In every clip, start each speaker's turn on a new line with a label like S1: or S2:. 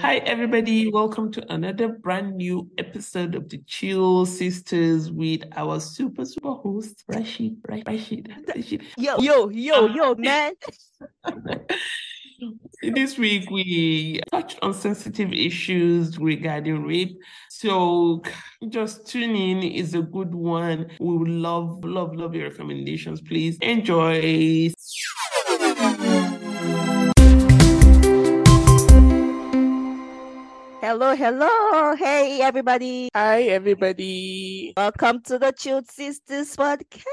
S1: Hi, everybody. Welcome to another brand new episode of the Chill Sisters with our super, super host, Rashid. Ra- Rashid. Rashid.
S2: Yo, yo, yo, yo, man.
S1: This week, we touched on sensitive issues regarding rape. So just tune in is a good one. We would love, love, love your recommendations. Please enjoy.
S2: Hello, hello. Hey, everybody.
S3: Hi, everybody.
S2: Welcome to the Chilled Sisters podcast.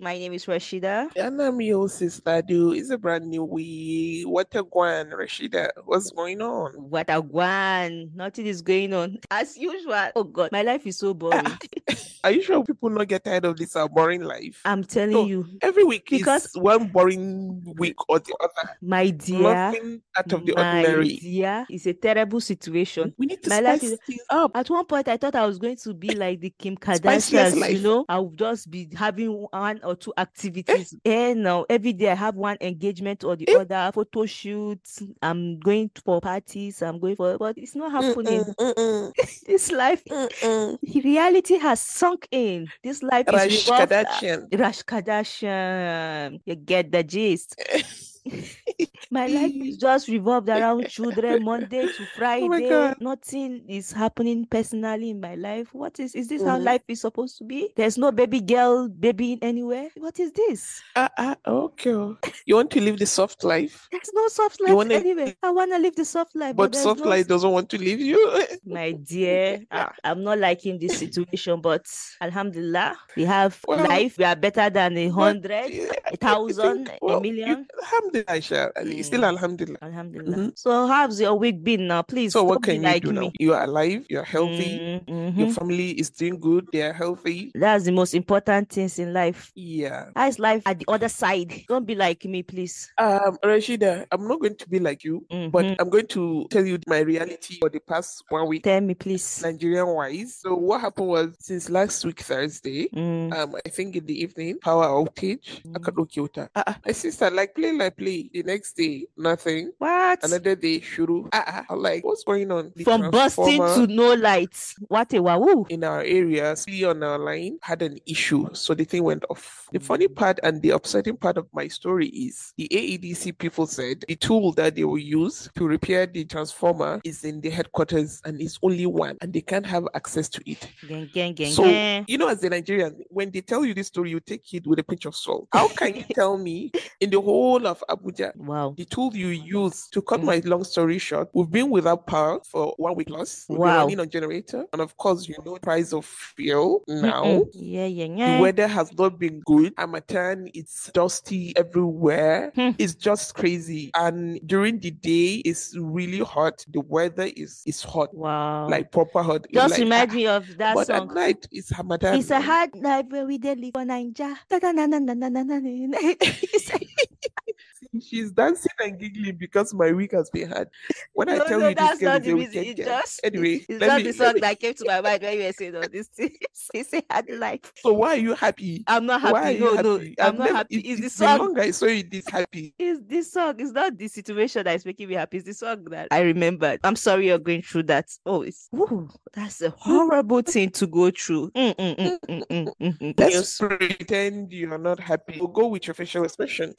S2: My name is Rashida.
S3: And I'm your sister, dude. It's a brand new week. What a guan, Rashida. What's going on?
S2: What a one. Nothing is going on. As usual. Oh, God. My life is so boring.
S3: Are you sure people not get tired of this uh, boring life?
S2: I'm telling
S3: No.
S2: you,
S3: Every week
S2: Um, Because-
S3: is one boring week or the other.
S2: my dear.
S3: Nothing out of the
S2: my
S3: ordinary.
S2: dear. It's a terrible situation.
S3: We need to
S2: My life
S3: spice
S2: is-
S3: things up.
S2: At one point, I thought I was going to be like the Kim
S3: Spice
S2: Kardashians,
S3: less
S2: you
S3: life.
S2: know. I would just be having one or two activities. Eh, no, every day I have one engagement or the
S3: Eh.
S2: other, photo shoots. I'm going for parties. I'm going for, but it's not happening.
S3: Mm-mm, mm-mm,
S2: This life,
S3: mm, mm-mm.
S2: reality has sunk in. This life
S3: Raj
S2: is rough.
S3: Kardashian.
S2: Rash Kardashian. You get the gist. My life is just revolved around children Monday to Friday.
S3: Oh God.
S2: Nothing is happening personally in my life. What is is this how
S3: Mhm.
S2: life is supposed to be? There's no baby girl baby anywhere. What is this?
S3: Ah, ah, okay. You want to live the soft life,
S2: There's no soft life
S3: You wanna-
S2: anywhere. I wanna live the soft life, but,
S3: but
S2: there's
S3: soft
S2: no
S3: life doesn't want to leave you. Ah,
S2: my dear, I, I'm not liking this situation, but Alhamdulillah, we have
S3: Well,
S2: life. We are better than a hundred,
S3: Yeah, I- I
S2: a thousand,
S3: think-
S2: a
S3: well, you-
S2: million.
S3: Alhamdulillah, Aisha, at least, still
S2: Mm.
S3: Alhamdulillah.
S2: Alhamdulillah. So, how's your week been now? Please
S3: Mm-hmm. So, what
S2: don't be
S3: can you
S2: like
S3: do now?
S2: me.
S3: You are alive, you're healthy,
S2: Mm, mhm.
S3: your family is doing good, they are healthy.
S2: That's the most important things in life.
S3: Yeah.
S2: How is life at the other side? Don't be like me, please.
S3: Um, Rashida, I'm not going to be like you,
S2: Mhm.
S3: but I'm going to tell you my reality for the past one week,
S2: Tell me, please.
S3: Nigerian wise. So, what happened was since last week, Thursday,
S2: Mm.
S3: um, I think in the evening, power outage.
S2: Mm-hmm.
S3: I can't look you Ah,
S2: Uh-uh.
S3: ah, my sister, like play, like play. The next day, nothing.
S2: What?
S3: Another day, shuru. Ah, ah, I'm like, what's going on? The
S2: From busting
S3: transformer
S2: to no lights. What a wahoo.
S3: in our area, city on our line, had an issue, so the thing went off. The funny part and the upsetting part of my story is the AEDC people said the tool that they will use to repair the transformer is in the headquarters and it's only one, and they can't have access to it.
S2: Gang, gang, gang,
S3: So,
S2: gang.
S3: you know, as a Nigerian, when they tell you this story, you take it with a pinch of salt. How can you tell me in the whole of Abuja,
S2: Wow.
S3: the tool you use to cut
S2: Mm.
S3: my long story short, we've been without power for one week plus. We've
S2: Wow.
S3: been running on generator, and of course, you know, price of fuel now.
S2: Mm-mm. Yeah, yeah,
S3: The
S2: yeah.
S3: weather has not been good. Amatan, it's dusty everywhere.
S2: Hmm.
S3: It's just crazy. And during the day, it's really hot. The weather is is hot,
S2: Wow.
S3: like proper hot. You're
S2: Just
S3: like,
S2: remind
S3: "Ah,
S2: me of that
S3: But
S2: song.
S3: at night, it's Hamatan.
S2: It's a hard life where we daily for ninja. It's a-
S3: She's dancing and giggling because my week has been hard. When I
S2: No,
S3: tell
S2: no,
S3: you
S2: that's
S3: this girl
S2: not
S3: is
S2: the
S3: a
S2: reason.
S3: wicked
S2: It
S3: girl.
S2: just it-
S3: Anyway,
S2: it's
S3: let
S2: not
S3: me-
S2: the
S3: let
S2: song
S3: me-
S2: that came to my mind when you were saying all this. It's a hard life.
S3: So why are you happy?
S2: I'm not
S3: Why are
S2: happy. No,
S3: you
S2: no,
S3: happy?
S2: I'm
S3: I've
S2: not
S3: never-
S2: happy.
S3: it-
S2: It's the
S3: it's been
S2: song.
S3: long I saw you this happy.
S2: It's this song. It's not the situation that is making me happy. It's the song that I remembered. I'm sorry you're going through that. Oh, it's Ooh, that's a horrible thing to go through. Mm, mm, mm, mm, mm, mm, mm.
S3: Let's
S2: Yes.
S3: pretend you're not happy. We'll go with your facial expression.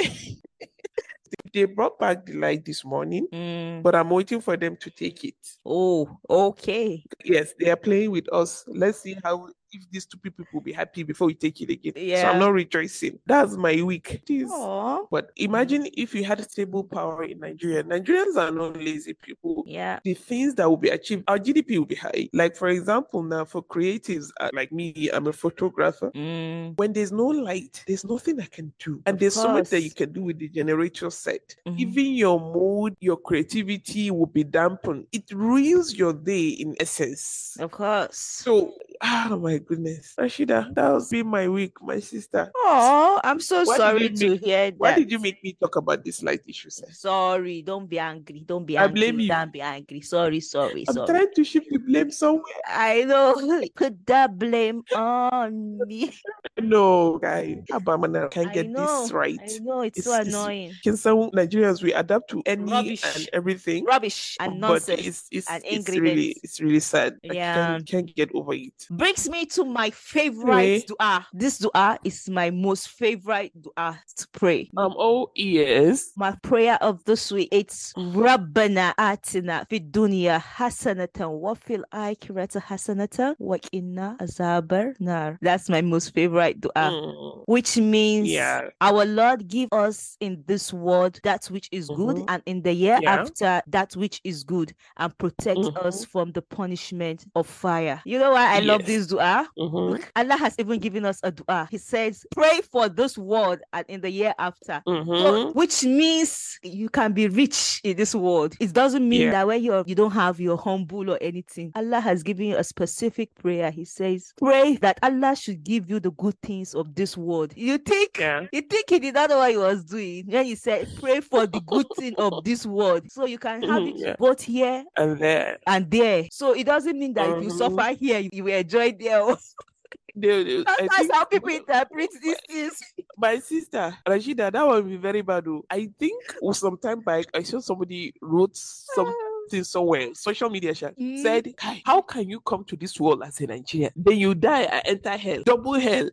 S3: they brought back the light this morning,
S2: Mm.
S3: but I'm waiting for them to take it.
S2: Oh, okay.
S3: Yes, they are playing with us. Let's see how if these two people will be happy before we take it again. So
S2: Yeah.
S3: I'm not rejoicing. That's my week. It is.
S2: Oh,
S3: But imagine if you had stable power in Nigeria. Nigerians are not lazy people.
S2: yeah.
S3: The things that will be achieved, our GDP will be high. Like, for example, now for creatives uh, like me, I'm a photographer.
S2: Mm.
S3: When there's no light, there's nothing I can do. And
S2: Of
S3: there's so much that you
S2: course.
S3: can do with the generator set.
S2: Mhm.
S3: Even your mood, your creativity will be dampened. It ruins your day in essence.
S2: Of course.
S3: So Oh my goodness. Rashida, that was been my week, my sister.
S2: Oh, I'm
S3: Why
S2: so
S3: did
S2: sorry
S3: you
S2: to
S3: make-
S2: hear
S3: Why
S2: that.
S3: did you make me talk about this light issue, sir?
S2: Sorry, don't be angry. Don't be
S3: I
S2: angry.
S3: blame you.
S2: Don't be angry. Sorry, sorry,
S3: I'm
S2: sorry.
S3: trying to shift the blame somewhere.
S2: I know. Put that blame on me.
S3: No, guy. Abamana
S2: I
S3: can't get
S2: know,
S3: this right.
S2: I know it's, so
S3: It's- it's
S2: annoying.
S3: Can some Nigerians we adapt to any
S2: Rubbish.
S3: and everything?
S2: Rubbish and
S3: But
S2: nonsense.
S3: it's it's,
S2: and
S3: it's really
S2: ingredients.
S3: it's really sad. I
S2: Yeah.
S3: can't, can't get over it.
S2: Brings me to my favorite
S3: Anyway.
S2: dua. This dua is my most favorite dua to pray.
S3: Um. Oh yes.
S2: my prayer of this week it's rabbana atina fid dunya hasanatan wa fil akhirati hasanatan wa qina azabar nar that's my most favorite dua
S3: Mm.
S2: which Uh, means
S3: Yeah.
S2: our lord give us in this world that which is good
S3: Mhm.
S2: and in the year
S3: Yeah.
S2: after that which is good and protect us
S3: Mhm.
S2: from the punishment of fire you know why i love
S3: Yes.
S2: this dua
S3: Mhm.
S2: allah has even given us a dua he says pray for this world and in the year after so,
S3: Mhm.
S2: which means you can be rich in this world. It doesn't mean
S3: Yeah.
S2: that when you're you don't have your humble or anything. Allah has given you a specific prayer. He says, pray that Allah should give you the good things of this world. You think
S3: Yeah.
S2: you think he did not know what he was doing when he said, pray for the good thing of this world. So you can have it
S3: mm-hmm, Yeah.
S2: both here
S3: And there,
S2: and there. So it doesn't mean that if you
S3: Mhm.
S2: suffer here, you, you will enjoy there.
S3: they, they- I
S2: That's
S3: think
S2: how people interpret these things.
S3: my sister Rashida, that would be very bad. oh. I think oh, some time back I saw somebody wrote something somewhere, social media sha,
S2: Mm.
S3: said, "Kai, "How can you come to this world as a Nigerian? Then you die and enter hell, double hell."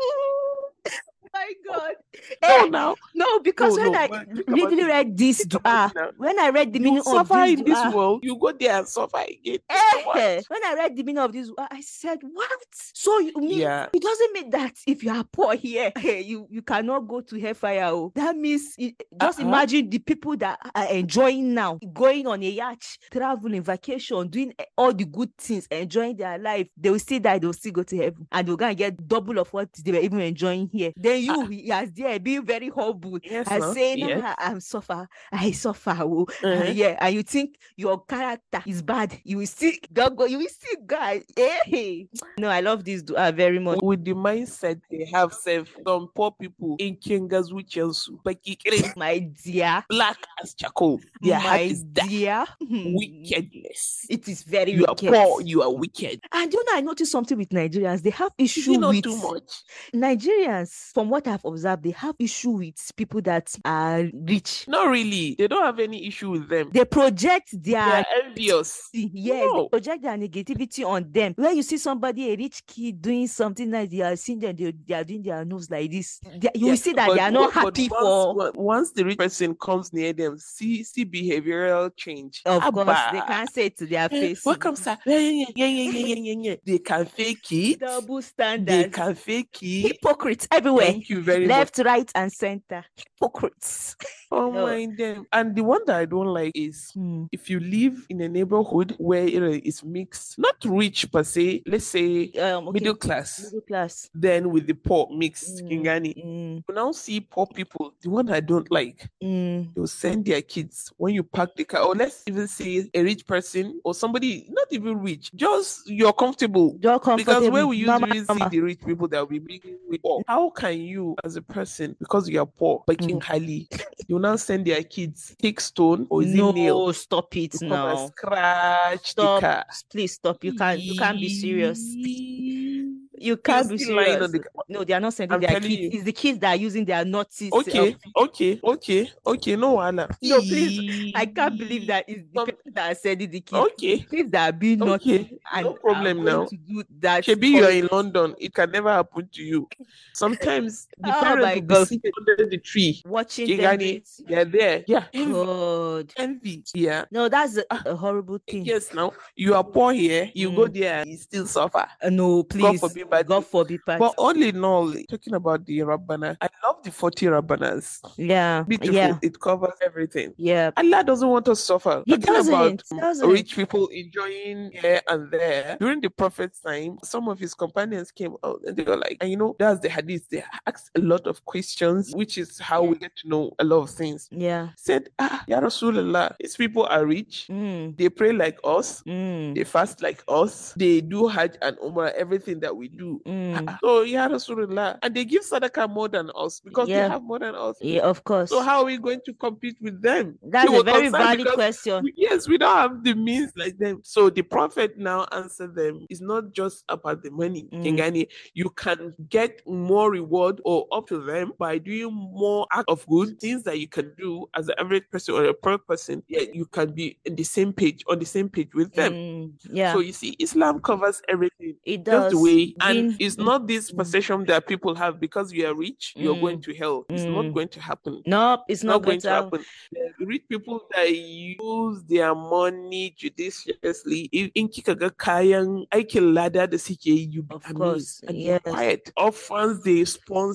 S2: Oh My God.
S3: No,
S2: Eh,
S3: now
S2: No, because
S3: No,
S2: when
S3: no,
S2: I
S3: but think about
S2: really
S3: it.
S2: read this
S3: Think about
S2: dua,
S3: it now.
S2: when I read ah, the meaning
S3: you
S2: of
S3: suffer
S2: this ah,
S3: in this
S2: dua,
S3: world, you go there and suffer again.
S2: eh,
S3: It's too much.
S2: when I read the meaning of this dua, I said, "What? So you mean
S3: Yeah.
S2: it doesn't mean that if you are poor here, eh, you you cannot go to hellfire? Oh, that means it, just
S3: Uh-uh.
S2: imagine the people that are enjoying now, going on a yacht, traveling, vacation, doing eh, all the good things, enjoying their life. They will still die. They will still go to heaven, and they're gonna get double of what they were even enjoying here. Then
S3: Ah.
S2: you, he as there, being very humble,
S3: Yes,
S2: and
S3: now.
S2: saying,
S3: Uh-huh. Yes.
S2: "Ah, "I'm suffer, I suffer." Oh,
S3: Uh-huh.
S2: and yeah, and you think your character is bad, you will still don't go, you will still guy. Hey, no, I love this dua very much.
S3: With the mindset they have, self some poor people in Kengas with Chelsea, but kicking
S2: My dear,
S3: black as charcoal. Their heart
S2: my
S3: is dark.
S2: dear, Hmm.
S3: Wickedness.
S2: It is very
S3: You are
S2: wicked.
S3: poor, you are wicked.
S2: And you know, I noticed something with Nigerians. They have
S3: Is
S2: issue
S3: it not
S2: with
S3: too much?
S2: Nigerians. From what I've observed, they have issue with people that are rich.
S3: Not really. They don't have any issue with them.
S2: They project their
S3: They are envious.
S2: negativity. Yes, they
S3: No.
S2: project their negativity on them. When you see somebody, a rich kid, doing something like they are seeing them, they, they are doing their moves like this. They- you
S3: Yeah,
S2: will see that they
S3: Mm, but
S2: are not
S3: what- but
S2: happy
S3: once,
S2: for.
S3: on- once the rich person comes near them, see see behavioral change.
S2: Of course, they
S3: Abba.
S2: can't say it to their
S3: Eh,
S2: face.
S3: Welcome, sir. Yeah, yeah, yeah, yeah, yeah, yeah, yeah, yeah. They can fake it.
S2: Double
S3: They
S2: standards,
S3: can fake it.
S2: hypocrites everywhere,
S3: Thank you very much.
S2: left, right, and center. Hypocrites.
S3: Don't
S2: No.
S3: mind them. And the one that I don't like is if you live in a neighborhood where it is mixed, not rich per se, let's say
S2: Um, okay,
S3: middle class,
S2: middle class.
S3: then with the poor mixed
S2: Mm,
S3: Kingani.
S2: mm,
S3: You now see poor people. The one I don't like,
S2: mm.
S3: they'll send their kids when you park the car, or let's even say a rich person or somebody not even rich, just you're comfortable.
S2: You're comfortable.
S3: Because where we
S2: normal,
S3: usually see
S2: normal.
S3: the rich people that we be mingling with poor, how can you, as a person, because you are poor, but
S2: Mm.
S3: in Hali, you now send their kids take stone or oh, is
S2: no,
S3: it nail
S2: stop it
S3: to come and
S2: now.
S3: scratch
S2: Stop.
S3: the car?
S2: Please stop. You can't. You can't be serious.
S3: Eeeeee.
S2: You
S3: You're
S2: can't be
S3: still lying
S2: serious.
S3: on the car.
S2: No, they are not sending
S3: I'm
S2: their
S3: telling
S2: kids.
S3: you.
S2: It's the kids that are using their um, naughty self.
S3: Okay, okay, okay, okay. No, Anna.
S2: No, please. I can't believe that it's the
S3: Some-
S2: people that are sending the kids.
S3: Okay.
S2: Kids that are being naughty
S3: Okay,
S2: and
S3: no
S2: are
S3: problem
S2: going
S3: now.
S2: to do that.
S3: Shebi, you are
S2: on-
S3: in London. It can never happen to you. Sometimes the
S2: Oh
S3: parents
S2: my
S3: will
S2: God.
S3: be sitting under the tree.
S2: Watching them do
S3: Kigani,
S2: it.
S3: they are there. Yeah. Envy.
S2: God.
S3: Envy. Yeah.
S2: No, that's a,
S3: Ah.
S2: a horrible thing.
S3: Yes, now you are poor here. You go
S2: Mm.
S3: there and you still suffer.
S2: Uh, no,
S3: God
S2: please.
S3: forbid but
S2: God forbid, part.
S3: But all in all, talking about the Rabbana, I love the 40 Rabbanas.
S2: yeah,
S3: Beautiful.
S2: yeah,
S3: It covers everything.
S2: yeah.
S3: Allah doesn't want us to suffer.
S2: He
S3: Talking about
S2: doesn't,
S3: mm,
S2: doesn't.
S3: rich people enjoying here and there. During the Prophet's time, some of his companions came out and they were like, and you know, that's the hadith. They asked a lot of questions, which is how we get to know a lot of things.
S2: Yeah.
S3: Said, Ah, Ya Rasulallah, these people are rich.
S2: Mm.
S3: They pray like us.
S2: Mm.
S3: They fast like us. They do Hajj and Umrah, everything that we do. Ah,
S2: Mm.
S3: So, Ya Rasulullah. And they give Sadaqah more than us because
S2: Yeah.
S3: they have more than us.
S2: Yeah, of course.
S3: So, how are we going to compete with them?
S2: That's
S3: They
S2: a
S3: were
S2: very
S3: concerned
S2: valid
S3: because
S2: question.
S3: we- yes, we don't have the means like them. So the prophet now answered them. It's not just about the money,
S2: Mm.
S3: Kingani. You can get more reward or up to them by doing more act of good things that you can do as an average person or a poor person. Yeah, you can be in the same page on the same page with them.
S2: Mm. Yeah,
S3: So you see, Islam covers everything.
S2: it
S3: Just
S2: does.
S3: the way, and
S2: Being-
S3: it's not this perception that people have because you are rich, you're going
S2: Mm.
S3: to hell. It's not
S2: Mm.
S3: going to happen
S2: Nope, it's not, going, to happen.
S3: happen. There's rich people that use their money judiciously. In in kika ga kayan aikin lada da suke yi, you be
S2: Of course,
S3: amazed and you're
S2: yes.
S3: quiet. Orphans they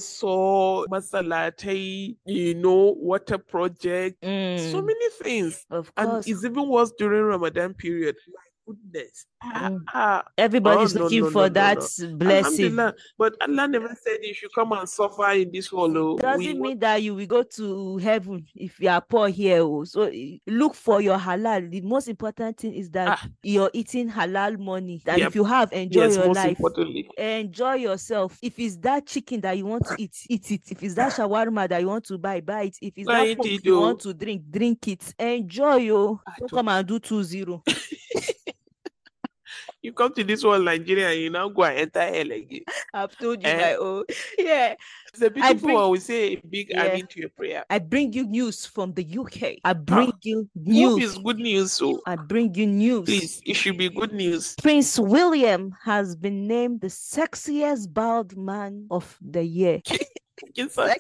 S3: sponsor masalatai, you know, water project, so
S2: Mm.
S3: many things.
S2: Of
S3: And
S2: course,
S3: it's even worse during Ramadan period. My goodness. Ah,
S2: Mm.
S3: ah,
S2: everybody's
S3: Oh, no,
S2: looking
S3: no,
S2: for
S3: no, no,
S2: that blessing.
S3: Alhamdulillah. But Allah never said you should come and suffer in this oh. hollow.
S2: doesn't mean that you will go to heaven if you are poor here. oh. So eh, look for your halal. The most important thing is that you're eating halal money. And
S3: Ah. Yep.
S2: if you have, enjoy
S3: yes,
S2: your
S3: most
S2: life.
S3: importantly.
S2: Enjoy yourself. If it's that chicken that you want to eat, eat it. If it's that
S3: Ah.
S2: shawarma that you want to buy, buy it. If it's
S3: Buy
S2: that
S3: it,
S2: coke
S3: it
S2: you want
S3: do.
S2: to drink, drink it. Enjoy, yo.
S3: Ah,
S2: Don't
S3: to-
S2: come and do two zero.
S3: You come to this world, Nigeria, and you now go and enter hell again.
S2: I've told you
S3: Eh?
S2: my own. Yeah.
S3: It's a
S2: I
S3: beautiful
S2: bring-
S3: one. We say a big
S2: Yeah.
S3: amen to your prayer.
S2: I bring you news from the UK. I bring
S3: Ah,
S2: you
S3: Hope
S2: news.
S3: is good news, so
S2: I bring you news.
S3: please, it should be good news.
S2: Prince William has been named the sexiest bald man of the year.
S3: Yes, sir.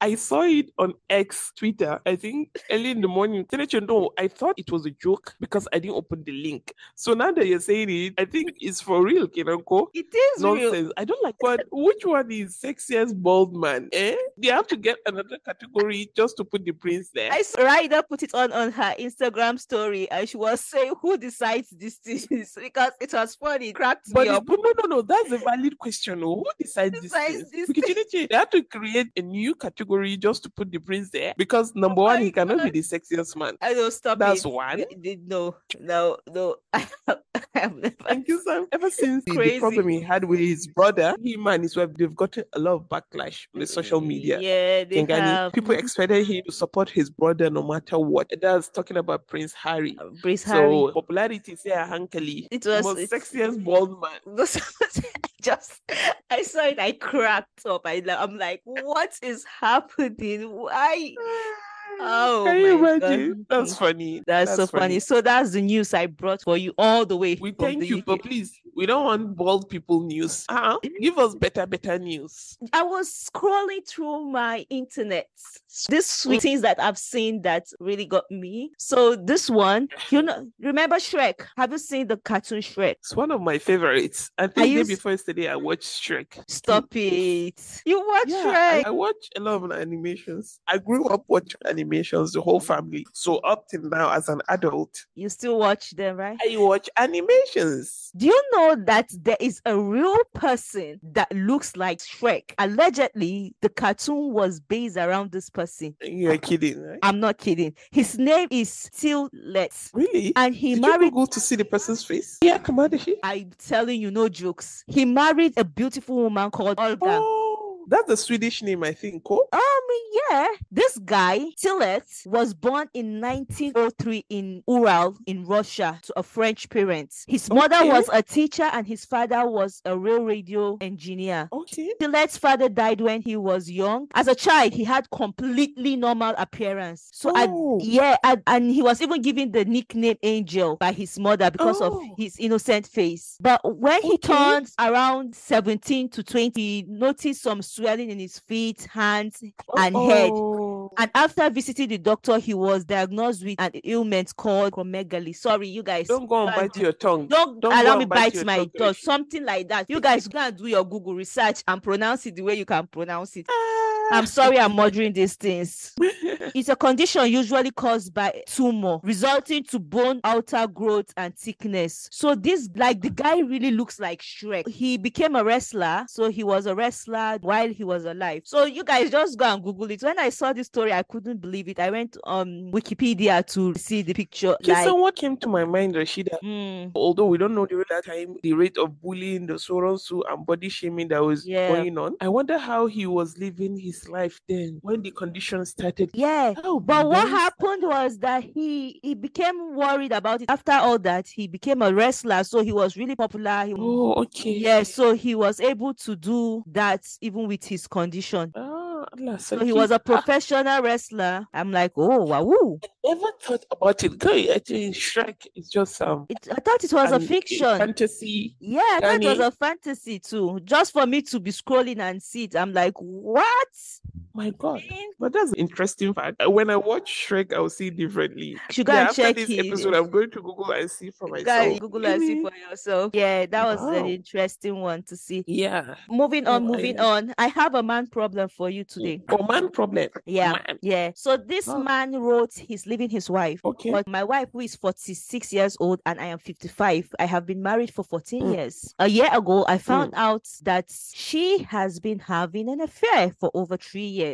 S3: I saw it on X Twitter, I think early in the morning. To let you know, I thought it was a joke because I didn't open the link. So now that you're saying it, I think it's for real, Kinoko.
S2: It is real.
S3: Nonsense. I don't like what. Which one is sexiest bald man? Eh? They have to get another category just to put the prince there.
S2: I saw Ryder put it on on her Instagram story, and she was saying, "Who decides these things?" because it was funny. It cracked
S3: But
S2: me up.
S3: it- no, no, no, that's a valid question. oh. Who decides this? thing?
S2: Decides this
S3: Because you need to- they have to create a new category just to put the prince there because number
S2: my
S3: one, he cannot be the sexiest man.
S2: I don't stop
S3: That's
S2: it.
S3: one.
S2: It did- No, no, no. I have never.
S3: Thank you, Sam. Ever since the-
S2: Crazy.
S3: the problem he had with his brother, him and his wife, they've gotten a lot of backlash on the social media.
S2: Mm, Yeah, they
S3: Kengani,
S2: have.
S3: people expected him to support his brother no matter what. That's talking about Prince Harry.
S2: Prince Harry.
S3: So popularity say Hankali.
S2: It was
S3: most
S2: it's-
S3: sexiest bald man.
S2: This was- I just I saw it, I cracked up. I, la- I'm like, what is happening? Why? Oh
S3: Can you
S2: my God.
S3: imagine? That's funny.
S2: That's, so funny. So that's the news I brought for you all the way.
S3: We
S2: from
S3: thank
S2: the
S3: you,
S2: UK.
S3: but please, we don't want bald people news. Uh-uh. Give us better, better news.
S2: I was scrolling through my internet this
S3: oh.
S2: week, things that I've seen that really got me. So this one, you know, remember Shrek? Have you seen the cartoon Shrek?
S3: It's one of my favorites. I
S2: Are
S3: think
S2: you
S3: day
S2: s-
S3: before yesterday I watched Shrek.
S2: Stop it! You watch
S3: Yeah,
S2: Shrek.
S3: I, I watch a lot of animations. I grew up watching animations, the whole family. So up till now, as an adult,
S2: You still watch them, right?
S3: I watch animations.
S2: Do you know that there is a real person that looks like Shrek? Allegedly, the cartoon was based around this person.
S3: You're kidding, right?
S2: I'm not kidding. His name is Tillet,
S3: Really?
S2: and he
S3: Did you
S2: married.
S3: Google to see the person's face? Yeah, Kamadashi.
S2: I'm telling you, no jokes. He married a beautiful woman called Olga.
S3: Oh, that's a Swedish name, I think. Oh,
S2: Um, yeah, this guy Tillet was born in 1903 in Ural in Russia to a French parent. His mother
S3: Okay.
S2: was a teacher and his father was a rail radio engineer.
S3: okay.
S2: Tillet's father died when he was young. As a child, he had completely normal appearance. So
S3: Oh.
S2: I yeah, and, and he was even given the nickname Angel by his mother because
S3: Oh.
S2: of his innocent face. But when he
S3: Okay.
S2: turned around 17 to 20, he noticed some swelling in his feet, hands, and head.
S1: Oh.
S2: And after visiting the doctor, he was diagnosed with an ailment called chromegaly. Sorry, you guys.
S3: Don't go and
S2: Bye.
S3: bite your tongue.
S2: Don't,
S3: Don't go
S2: allow
S3: and
S2: me
S3: bite
S2: bite,
S3: your
S2: my
S3: tongue,
S2: tongue.
S3: Kelechi.
S2: Something like that. You guys go and do your Google research and pronounce it the way you can pronounce it. I'm sorry I'm murdering these things. It's a condition usually caused by tumor, resulting to bone outer growth and thickness. So this, like the guy, really looks like Shrek. He became a wrestler, so he was a wrestler while he was alive. So you guys just go and Google it. When I saw this story, I couldn't believe it. I went on Wikipedia to see the picture.
S3: Okay,
S2: like,
S3: so what came to my mind, Rashida?
S2: mm,
S3: Although we don't know during that time the rate of bullying, the Soronsu, and body shaming that was
S2: Yeah.
S3: going on, I wonder how he was living his life then when the condition started.
S2: yeah.
S3: That would be
S2: Oh, But what
S3: very
S2: happened was that he he became worried about it. After all that, he became a wrestler, so he was really popular. He-
S3: Oh, okay.
S2: Yeah, so he was able to do that even with his condition.
S3: Ah, Allah,
S2: So he was a professional wrestler. I'm like, oh wow,
S3: never thought about it. Girl, I think Shrek is just um
S2: it, I thought it was a
S3: an-
S2: fiction.
S3: fantasy.
S2: Yeah, I thought it was
S3: Danny.
S2: a fantasy too. Just for me to be scrolling and see it, I'm like, what?
S3: My God. But that's an interesting fact. Uh, When I watch Shrek, I'll see differently.
S2: You should go
S3: Yeah,
S2: and
S3: after
S2: check
S3: this
S2: it.
S3: episode, I'm going to Google and see for
S2: You
S3: myself.
S2: go and Google and see
S3: Really?
S2: for yourself. Yeah, that was an
S3: Wow.
S2: interesting one to see.
S3: Yeah.
S2: Moving on,
S3: Oh, I-
S2: moving on. I have a man problem for you today.
S3: Oh, man problem.
S2: Yeah,
S3: Man.
S2: yeah. So this
S3: Oh.
S2: man wrote he's leaving his wife.
S3: Okay.
S2: But my wife, who is 46 years old and I am 55, I have been married for 14
S3: Mm.
S2: years. A year ago, I found out that she has been having an affair for over three years.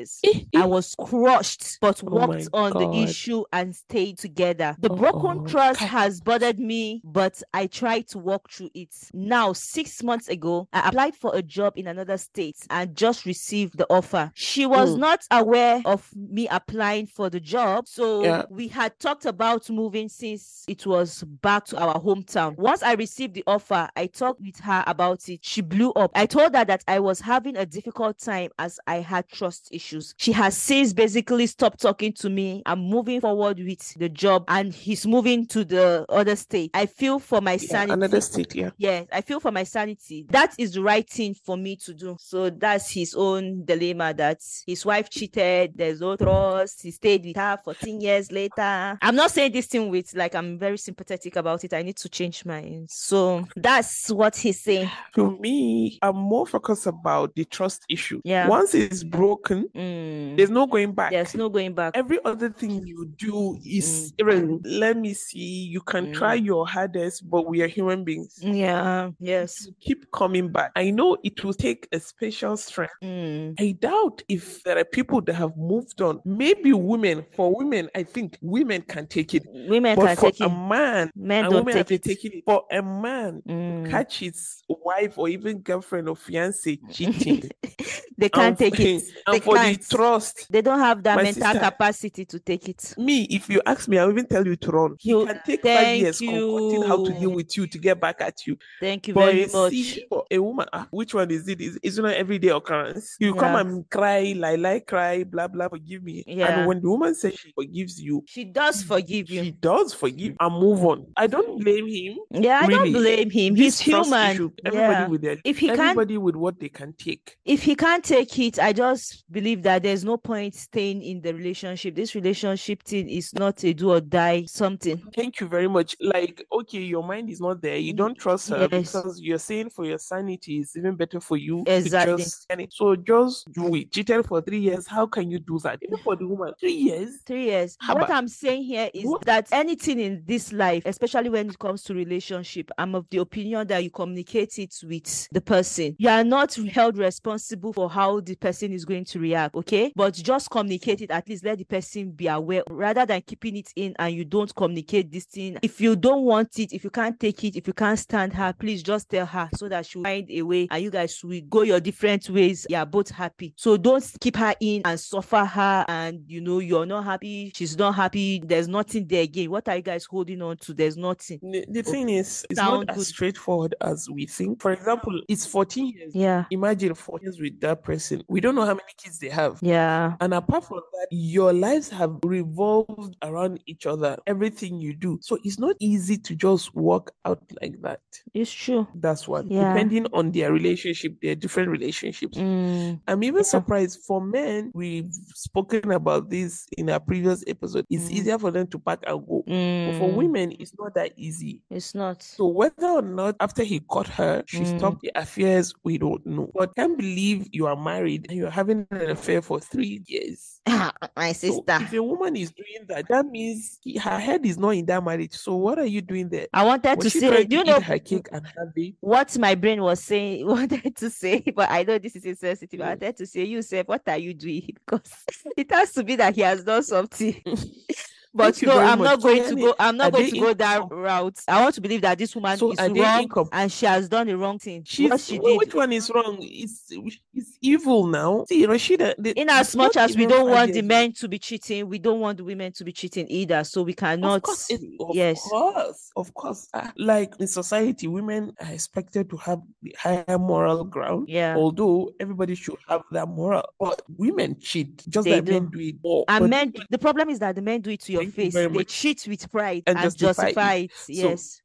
S2: I was crushed, but
S3: Oh
S2: worked
S3: my
S2: on the
S3: God. Oh,
S2: issue and stayed together. The broken
S3: Uh-oh.
S2: trust
S3: Kai.
S2: has bothered me, but I tried to work through it. Now, six months ago, I applied for a job in another state and just received the offer. She was
S3: Mm.
S2: not aware of me applying for the job, so
S3: Yeah.
S2: we had talked about moving since it was back to our hometown. Once I received the offer, I talked with her about it. She blew up. I told her that I was having a difficult time as I had trust issues. She has since basically stopped talking to me. I'm moving forward with the job and he's moving to the other state. I feel for my
S3: Yeah,
S2: sanity.
S3: another state, yeah.
S2: Yes, I feel for my sanity. That is the right thing for me to do. So that's his own dilemma that his wife cheated, there's no trust, he stayed with her 14 years later. I'm not saying this thing with like I'm very sympathetic about it. I need to change mine. So that's what he's saying.
S3: To me, I'm more focused about the trust issue.
S2: Yeah.
S3: Once it's broken,
S2: Mm,
S3: there's no going back.
S2: There's no going back.
S3: Every other thing you do is even, let me see, you can
S2: Mm.
S3: try your hardest, but we are human beings.
S2: Yeah, yes.
S3: You keep coming back. I know it will take a special strength.
S2: Mm,
S3: I doubt if there are people that have moved on. Maybe women, for women, I think women can take it.
S2: Women
S3: But
S2: can
S3: for
S2: take
S3: a
S2: it.
S3: man,
S2: Men
S3: and
S2: don't
S3: women have
S2: take
S3: been
S2: it.
S3: taking it. For a man,
S2: Mm.
S3: catch his wife or even girlfriend or fiance cheating.
S2: they can't
S3: And f-
S2: take it.
S3: And
S2: They
S3: for
S2: can't.
S3: the trust,
S2: They don't have that
S3: My
S2: mental
S3: sister-
S2: capacity to take it.
S3: me, if you ask me, I'll even tell you to run. He
S2: You-
S3: can take five
S2: Thank
S3: years concocting how to deal
S2: you.
S3: with you to get back at you.
S2: Thank you
S3: But
S2: very
S3: you
S2: much.
S3: see, for a woman, ah, which one is it? It's, it's not everyday occurrence. You come
S2: Yeah.
S3: and cry, lie, lie, cry, blah, blah, forgive me.
S2: Yeah.
S3: And when the woman says she forgives you,
S2: She does forgive you.
S3: she does forgive and move on. I don't blame him.
S2: yeah, I
S3: really,
S2: don't blame him. He's
S3: This trust
S2: human.
S3: issue, everybody
S2: yeah.
S3: with their,
S2: If he can't
S3: everybody with what they can take.
S2: if he can't take it, I just believe that there's no point staying in the relationship. This relationship thing is not a do or die something.
S3: Thank you very much. Like, okay, your mind is not there. You
S2: Y-
S3: don't trust her
S2: yes.
S3: because you're saying for your sanity, it's even better for you. to
S2: Exactly.
S3: just- and it- so just do it. Cheated for three years. How can you do that? Even for the woman, three years.
S2: three years. What
S3: Haba.
S2: I'm saying here is
S3: What?
S2: that anything in this life, especially when it comes to relationship, I'm of the opinion that you communicate it with the person. You are not held responsible for how the person is going to react, okay? But just communicate it. At least let the person be aware, rather than keeping it in and you don't communicate this thing. If you don't want it, if you can't take it, if you can't stand her, please just tell her so that she'll find a way and you guys will go your different ways. You are both happy. So don't keep her in and suffer her and you know you're not happy, she's not happy, there's nothing there again. What are you guys holding on to? There's nothing.
S3: The, the thing is, it's
S2: Sound
S3: not as
S2: good.
S3: straightforward as we think. For example, it's 14 years.
S2: Yeah.
S3: Imagine 14 years with that person. We don't know how many kids they have.
S2: Yeah.
S3: And apart from that, your lives have revolved around each other, everything you do. So it's not easy to just walk out like that.
S2: It's true.
S3: That's what,
S2: Yeah.
S3: depending on their relationship, their different relationships.
S2: Mm.
S3: I'm even
S2: Yeah.
S3: surprised for men, we've spoken about this in our previous episode. It's
S2: Mhm.
S3: easier for them to pack and go. But for
S2: Mm.
S3: women, it's not that easy.
S2: it's not.
S3: So whether or not after he caught her, she
S2: Mm.
S3: stopped the affairs, we don't know. But can't believe you are married and you're having an affair for three years.
S2: My
S3: So
S2: sister.
S3: if a woman is doing that, that means he- her head is not in that marriage. So what are you doing there?
S2: I wanted
S3: Was
S2: to
S3: she
S2: say,
S3: trying
S2: do you
S3: to
S2: know
S3: eat her cake and have it?
S2: what my brain was saying, wanted to say, but I know this is insensitive. I
S3: Mm.
S2: wanted to say, you said, what are you doing? Because it has to be that he has done something. But
S3: you
S2: no,
S3: very
S2: I'm not
S3: much.
S2: going to
S3: Clearly,
S2: go. I'm
S3: are
S2: not going
S3: they
S2: to go that
S3: incom-
S2: route. I want to believe that this woman
S3: So
S2: is
S3: are they
S2: wrong
S3: incom-
S2: and she has done the wrong thing.
S3: She's
S2: what she
S3: well,
S2: did.
S3: which one is wrong? It's it's evil now. See, Rashida, the,
S2: In as
S3: it's
S2: much
S3: not
S2: as we
S3: even
S2: don't
S3: five
S2: want the
S3: years
S2: men to be cheating, we don't want the women to be cheating either. So we cannot.
S3: Of course, it, of
S2: yes.
S3: course, of course. Ah, Like in society, women are expected to have the higher moral ground.
S2: Yeah.
S3: Although everybody should have that moral, but women cheat just
S2: They
S3: that men do it more.
S2: And
S3: But
S2: men, the problem is that the men do it to your
S3: Thank you
S2: face.
S3: very
S2: They
S3: much.
S2: cheat with pride and,
S3: And
S2: justify,
S3: justify it.
S2: it. Yes.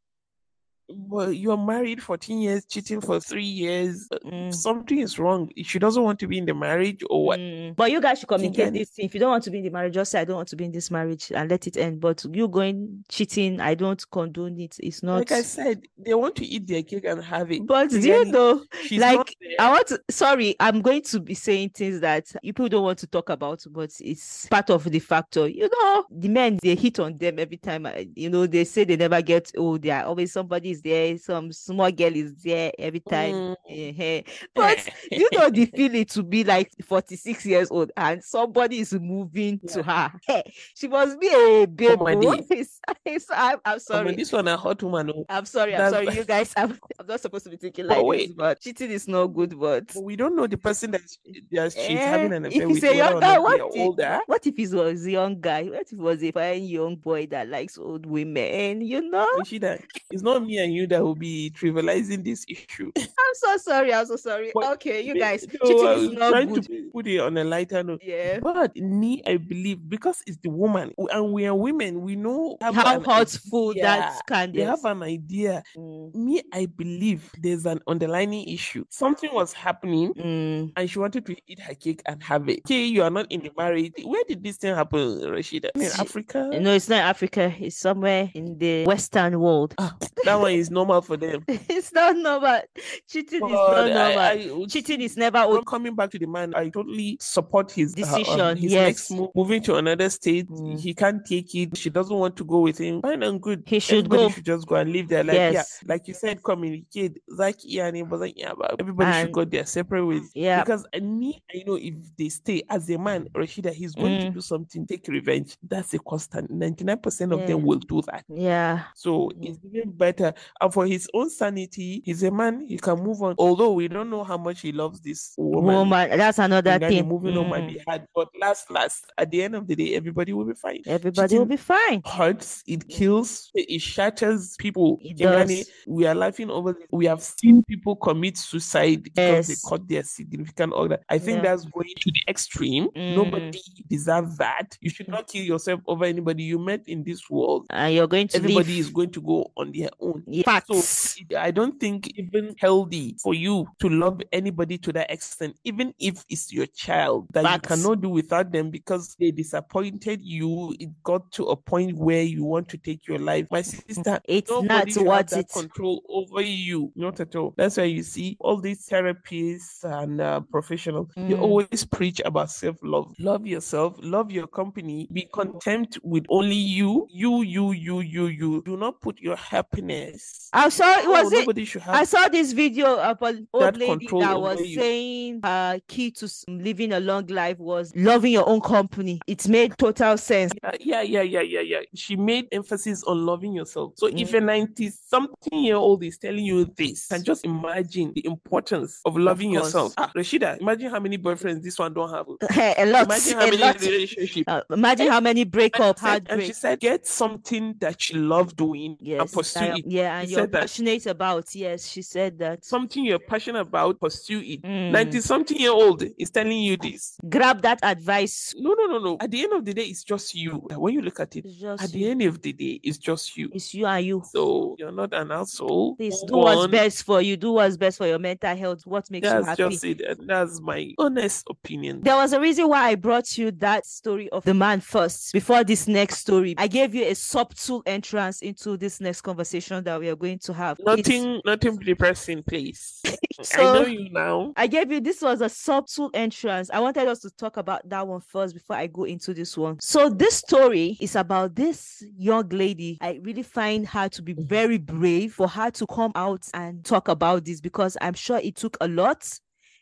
S3: well, you are married 14 years, cheating for three years. uh,
S2: Mm.
S3: Something is wrong. She doesn't want to be in the marriage or what?
S2: Mm. But you guys should communicate
S3: Chingan-
S2: this thing. If you don't want to be in the marriage, just say I don't want to be in this marriage and let it end. But you going cheating, I don't condone it. It's not.
S3: Like I said, they want to eat their cake and have it.
S2: but do you
S3: Clearly,
S2: know?
S3: she's not
S2: like
S3: there.
S2: I want to sorry, I'm going to be saying things that you people don't want to talk about, but it's part of the factor. You know, the men they hit on them every time. uh, You know, they say they never get old. They are always somebody is there, some small girl is there every time.
S3: Mm.
S2: Eh-heh. But do you know the feeling to be like 46 years old and somebody is moving to her? Hey, she must be a babe.
S3: on,
S2: oh.
S3: Dee.
S2: It's- it's- I'm,
S3: Come on,
S2: I'm sorry.
S3: this one a hot woman. oh.
S2: I'm sorry, I'm
S3: That's-
S2: sorry, you guys. I'm, I'm not supposed to be thinking
S3: But
S2: like this,
S3: wait.
S2: but cheating is not good. But
S3: But we don't know the person that she- that she's having
S2: Eh,
S3: an
S2: if
S3: affair
S2: he's
S3: with.
S2: a
S3: whether
S2: young
S3: or
S2: guy,
S3: not
S2: what
S3: they're
S2: if-
S3: older.
S2: what if he was a young guy? What if he was a fine young boy that likes old women? You know,
S3: Rashida, it's not me and you that will be trivializing this issue.
S2: I'm so sorry. I'm so sorry.
S3: But
S2: okay, you
S3: Be-
S2: guys,
S3: so
S2: cheating
S3: I
S2: is
S3: was
S2: not
S3: trying
S2: good.
S3: to put it on a lighter note.
S2: Yeah.
S3: But me, I believe because it's the woman, w- and we are women, we know have
S2: How
S3: an
S2: hurtful
S3: idea.
S2: that can
S3: We
S2: be.
S3: have an idea.
S2: Mm.
S3: Me, I believe there's an underlining issue. Something was happening,
S2: Mm.
S3: and she wanted to eat her cake and have it. Okay, you are not in the marriage. Where did this thing happen, Rashida? In
S2: She-
S3: Africa?
S2: No, it's not Africa. It's somewhere in the Western world.
S3: Ah, that one is normal for them.
S2: it's not normal. Cheating
S3: But
S2: is not normal.
S3: I, I would-
S2: Cheating is never
S3: from
S2: okay.
S3: coming back to the man, I totally support his uh, um,
S2: Decision,
S3: his
S2: yes.
S3: next move, moving to another state.
S2: Mm.
S3: He can't take it. She doesn't want to go with him. Fine and good.
S2: He should
S3: Everybody
S2: go.
S3: should just go and live their life. Yeah,
S2: Yes.
S3: like you said, communicate. Like yeah, and it was like, yeah, but everybody should
S2: And-
S3: go their separate ways.
S2: Yeah.
S3: Because I me, I know if they stay as a man, Rashida, he's going to
S2: Mm.
S3: do something, take revenge. That's a constant. Ninety nine percent of them
S2: Yeah.
S3: will do that.
S2: Yeah.
S3: So it's even better. And for his own sanity, he's a man, he can move on. Although we don't know how much he loves this woman.
S2: woman. That's another
S3: Ngani
S2: thing.
S3: moving oh on might
S2: Mm.
S3: be hard. But last, last, at the end of the day, everybody will be fine.
S2: Everybody will be fine.
S3: Hurts, it kills, it shatters people.
S2: It
S3: Ngani,
S2: does.
S3: we are laughing over this. We have seen people commit suicide because they
S2: Yes.
S3: caught their significant other. I think
S2: Yeah. Mm.
S3: that's going to the extreme. Nobody deserves that. You should not kill yourself over anybody you met in this world
S2: And you're going to
S3: everybody
S2: leave.
S3: is going to go on their own.
S2: Yeah.
S3: So
S2: Facts.
S3: it- I don't think even healthy for you to love anybody to that extent, even if it's your child that
S2: Facts.
S3: you cannot do without them because they disappointed you. It got to a point where you want to take your life. My sister,
S2: It's
S3: nobody
S2: not
S3: should have
S2: worth
S3: that
S2: it.
S3: control over you. Not at all. That's why you see all these therapists and uh, professionals. They
S2: Mm.
S3: always preach about self-love. Love yourself. Love your company. Be content with only you. You, you, you, you, you. Do not put your happiness.
S2: I saw it
S3: No,
S2: was it.
S3: nobody should have
S2: I saw this video of an old
S3: that
S2: lady
S3: control
S2: that
S3: over
S2: was
S3: you.
S2: saying her key to s- living a long life was loving your own company. It made total sense.
S3: Yeah, yeah, yeah, yeah, yeah. She made emphasis on loving yourself. So if
S2: Mm.
S3: a 90 something year old is telling you this, can just imagine the importance of loving
S2: course.
S3: yourself. Ah, Rashida, imagine how many boyfriends this one don't have.
S2: a lot.
S3: Imagine how
S2: a
S3: many
S2: lot.
S3: relationships.
S2: Uh, imagine how many
S3: And she
S2: breakups,
S3: said- and
S2: heartbreak.
S3: she said, get something that you love doing and
S2: Yes.
S3: pursue
S2: I-
S3: it.
S2: yeah, and
S3: She
S2: you're
S3: said that-
S2: passionate about. Yes, she said that.
S3: Something you're passionate about, pursue it.
S2: Mm.
S3: 90 something year old is telling you this.
S2: Grab that advice.
S3: No, no, no, no. At the end of the day, it's just you. When you look at it,
S2: It's just
S3: at
S2: you.
S3: the end of the day, it's just you.
S2: It's you and you.
S3: So you're not an asshole.
S2: Please
S3: Move
S2: do what's
S3: on.
S2: best for you. Do what's best for your mental health. What makes you
S3: That's
S2: happy.
S3: just it. And that's my honest opinion.
S2: There was a reason why I brought you that story of the man first before this next story. I gave you a subtle entrance into this next conversation that we are going to have. It's-
S3: Nothing, nothing depressing, please. I
S2: So-
S3: know you now.
S2: I gave you this was a subtle entrance. I wanted us to talk about that one first before I go into this one. So this story is about this young lady. I really find her to be
S3: Mm-hmm.
S2: very brave for her to come out and talk about this because I'm sure it took a lot.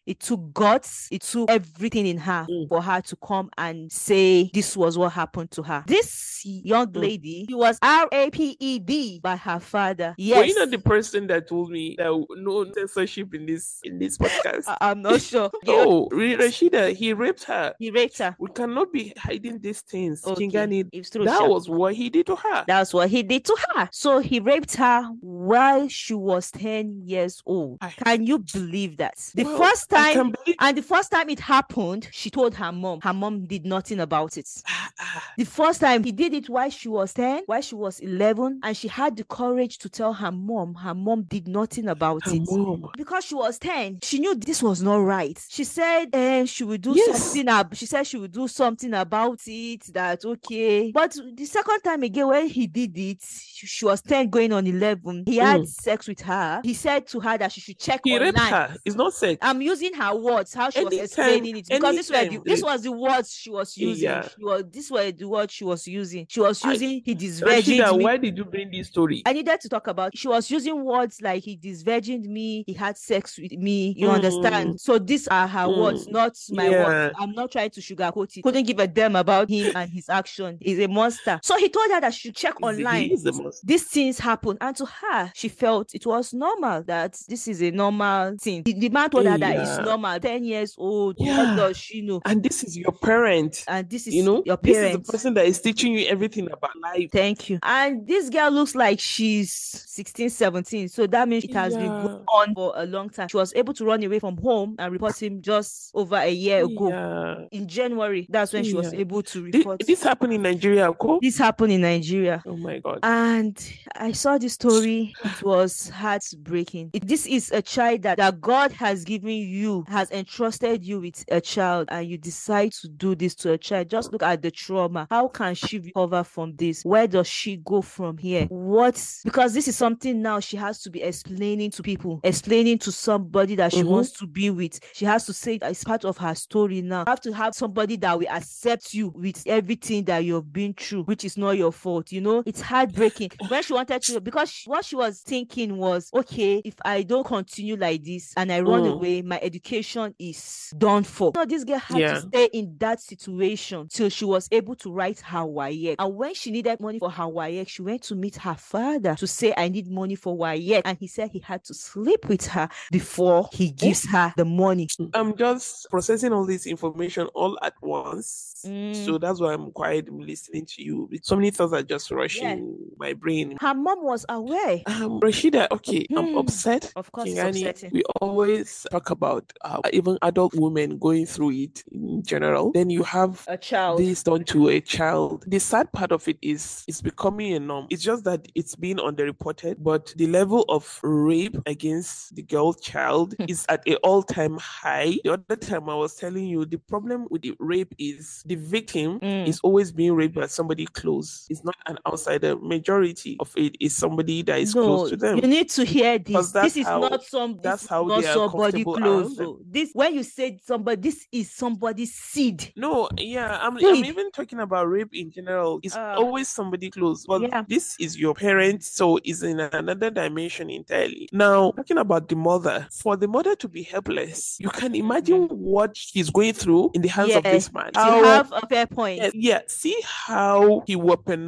S2: It took guts, it took everything in her
S3: Mm.
S2: for her to come and say this was what happened to her. This young
S3: Mm.
S2: lady, she was R-A-P-E-D E by her father. Yes.
S3: Were you not the person that told me that w- no censorship in this in this podcast?
S2: I- I'm not sure. oh.
S3: no, Re- Rashida, he raped her.
S2: He raped her.
S3: We cannot be hiding these things.
S2: Okay.
S3: Chingani,
S2: It's true,
S3: that
S2: Sha.
S3: was what he did to her.
S2: That's what he did to her. So he raped her while she was 10 years old.
S3: Aye.
S2: Can you believe that? The
S3: Well,
S2: first
S3: I
S2: time
S3: can believe-
S2: and the first time it happened, she told her mom. Her mom did nothing about it.
S3: Ah, ah.
S2: The first time he did it while she was 10, while she was 11, and she had the courage to tell her mom. Her mom did nothing about
S3: her
S2: it.
S3: mom.
S2: Because she was 10, she knew this was not right. She said eh, she would do
S3: Yes.
S2: something ab- she said she would do something about it. That okay. But the second time again, when he did it, she, she was 10 going on 11. He had
S3: Mm.
S2: sex with her. He said to her that she should check
S3: He
S2: online.
S3: raped her. It's not sex.
S2: I'm using her words, how she
S3: Anytime-
S2: was explaining it, because this were the,
S3: anytime
S2: this
S3: they-
S2: was the words she was using.
S3: Yeah.
S2: She was this were the words she was using. She was
S3: I-
S2: using he disvirgined
S3: Rashida,
S2: me.
S3: why did you bring this story?
S2: I needed to talk about. She was using words like he disvirgined me, he had sex with me. You
S3: Mm.
S2: understand? So these are her words,
S3: Mm.
S2: not my
S3: Yeah.
S2: words. I'm not trying to sugarcoat it. Couldn't give a damn about him and his action. He's a monster. So he told her that she should check
S3: He's- he
S2: online.
S3: is the most-
S2: These things happen, and to her, she felt it was normal that this is a normal thing. The, the man told her that it's
S3: Yeah.
S2: normal. Ten years old,
S3: Yeah.
S2: what does she know?
S3: And this is your parent.
S2: And this is
S3: You know,
S2: your
S3: this is the
S2: parents.
S3: person that is teaching you everything about life.
S2: Thank you. And this girl looks like she's 16, 17. So that means it has been going
S3: Yeah.
S2: on for a long time. She was able to run away from home and report him just over a year ago.
S3: Yeah.
S2: In January, that's when she was
S3: Yeah.
S2: able to
S3: Thi-
S2: report.
S3: this happened in Nigeria, Ko?
S2: this happened in Nigeria.
S3: Oh my god.
S2: And I saw the story. It was heartbreaking. It- This is a child that, that God has given you, has entrusted you with a child, and you decide to do this to a child. Just look at the trauma. How can she recover from this? Where does she go from here? What? Because this is something now she has to be explaining to people, explaining to somebody that she
S3: Mhm.
S2: wants to be with. She has to say that it's part of her story now. You have to have somebody that will accept you with everything that you've been through, which is not your fault. You know, it's heartbreaking. when she wanted to, because she- what she was thinking was, okay, if I don't continue like this and I run
S3: Mm.
S2: away, my education is done for. No, this girl had
S3: Yeah.
S2: to stay in that situation till she was able to write her WAEC. And when she needed money for her WAEC, she went to meet her father to say, I need money for WAEC. And he said he had to sleep with her before he gives her the money.
S3: I'm just processing all this information all at once.
S2: Mm.
S3: So that's why I'm quiet. I'm listening to you. So many thoughts are just rushing my brain.
S2: Her mom was aware.
S3: Um, Rashida, okay, I'm
S2: Hmm.
S3: upset.
S2: Of course, it's
S3: Kingani,
S2: upsetting.
S3: we always talk about uh, even adult women going through it in general. Then you have
S2: A child.
S3: this done to a child. The sad part of it is it's becoming a norm. It's just that it's being underreported, but the level of rape against the girl child
S2: Hmm.
S3: is at an all time high. The other time I was telling you the problem with the rape is the victim
S2: Mm.
S3: is always being raped by somebody close. It's not an outsider. Majority of it is somebody that is close to them.
S2: You need to hear this.
S3: 'Cause
S2: This
S3: that's
S2: is
S3: how-
S2: not some. This
S3: that's
S2: is
S3: how
S2: not
S3: they are
S2: somebody
S3: comfortable
S2: close.
S3: around them.
S2: oh. This when you say somebody, this is somebody's seed.
S3: No, yeah, I'm,
S2: Speed.
S3: I'm even talking about rape in general. It's
S2: Ah.
S3: always somebody close, but
S2: Yeah.
S3: this is your parent, so it's in another dimension entirely. Now, talking about the mother, for the mother to be helpless, you can imagine what she's going through in the hands of
S2: Yeah.
S3: this man.
S2: Mm-hmm. You
S3: How-
S2: have a fair point.
S3: yeah, yeah, see how he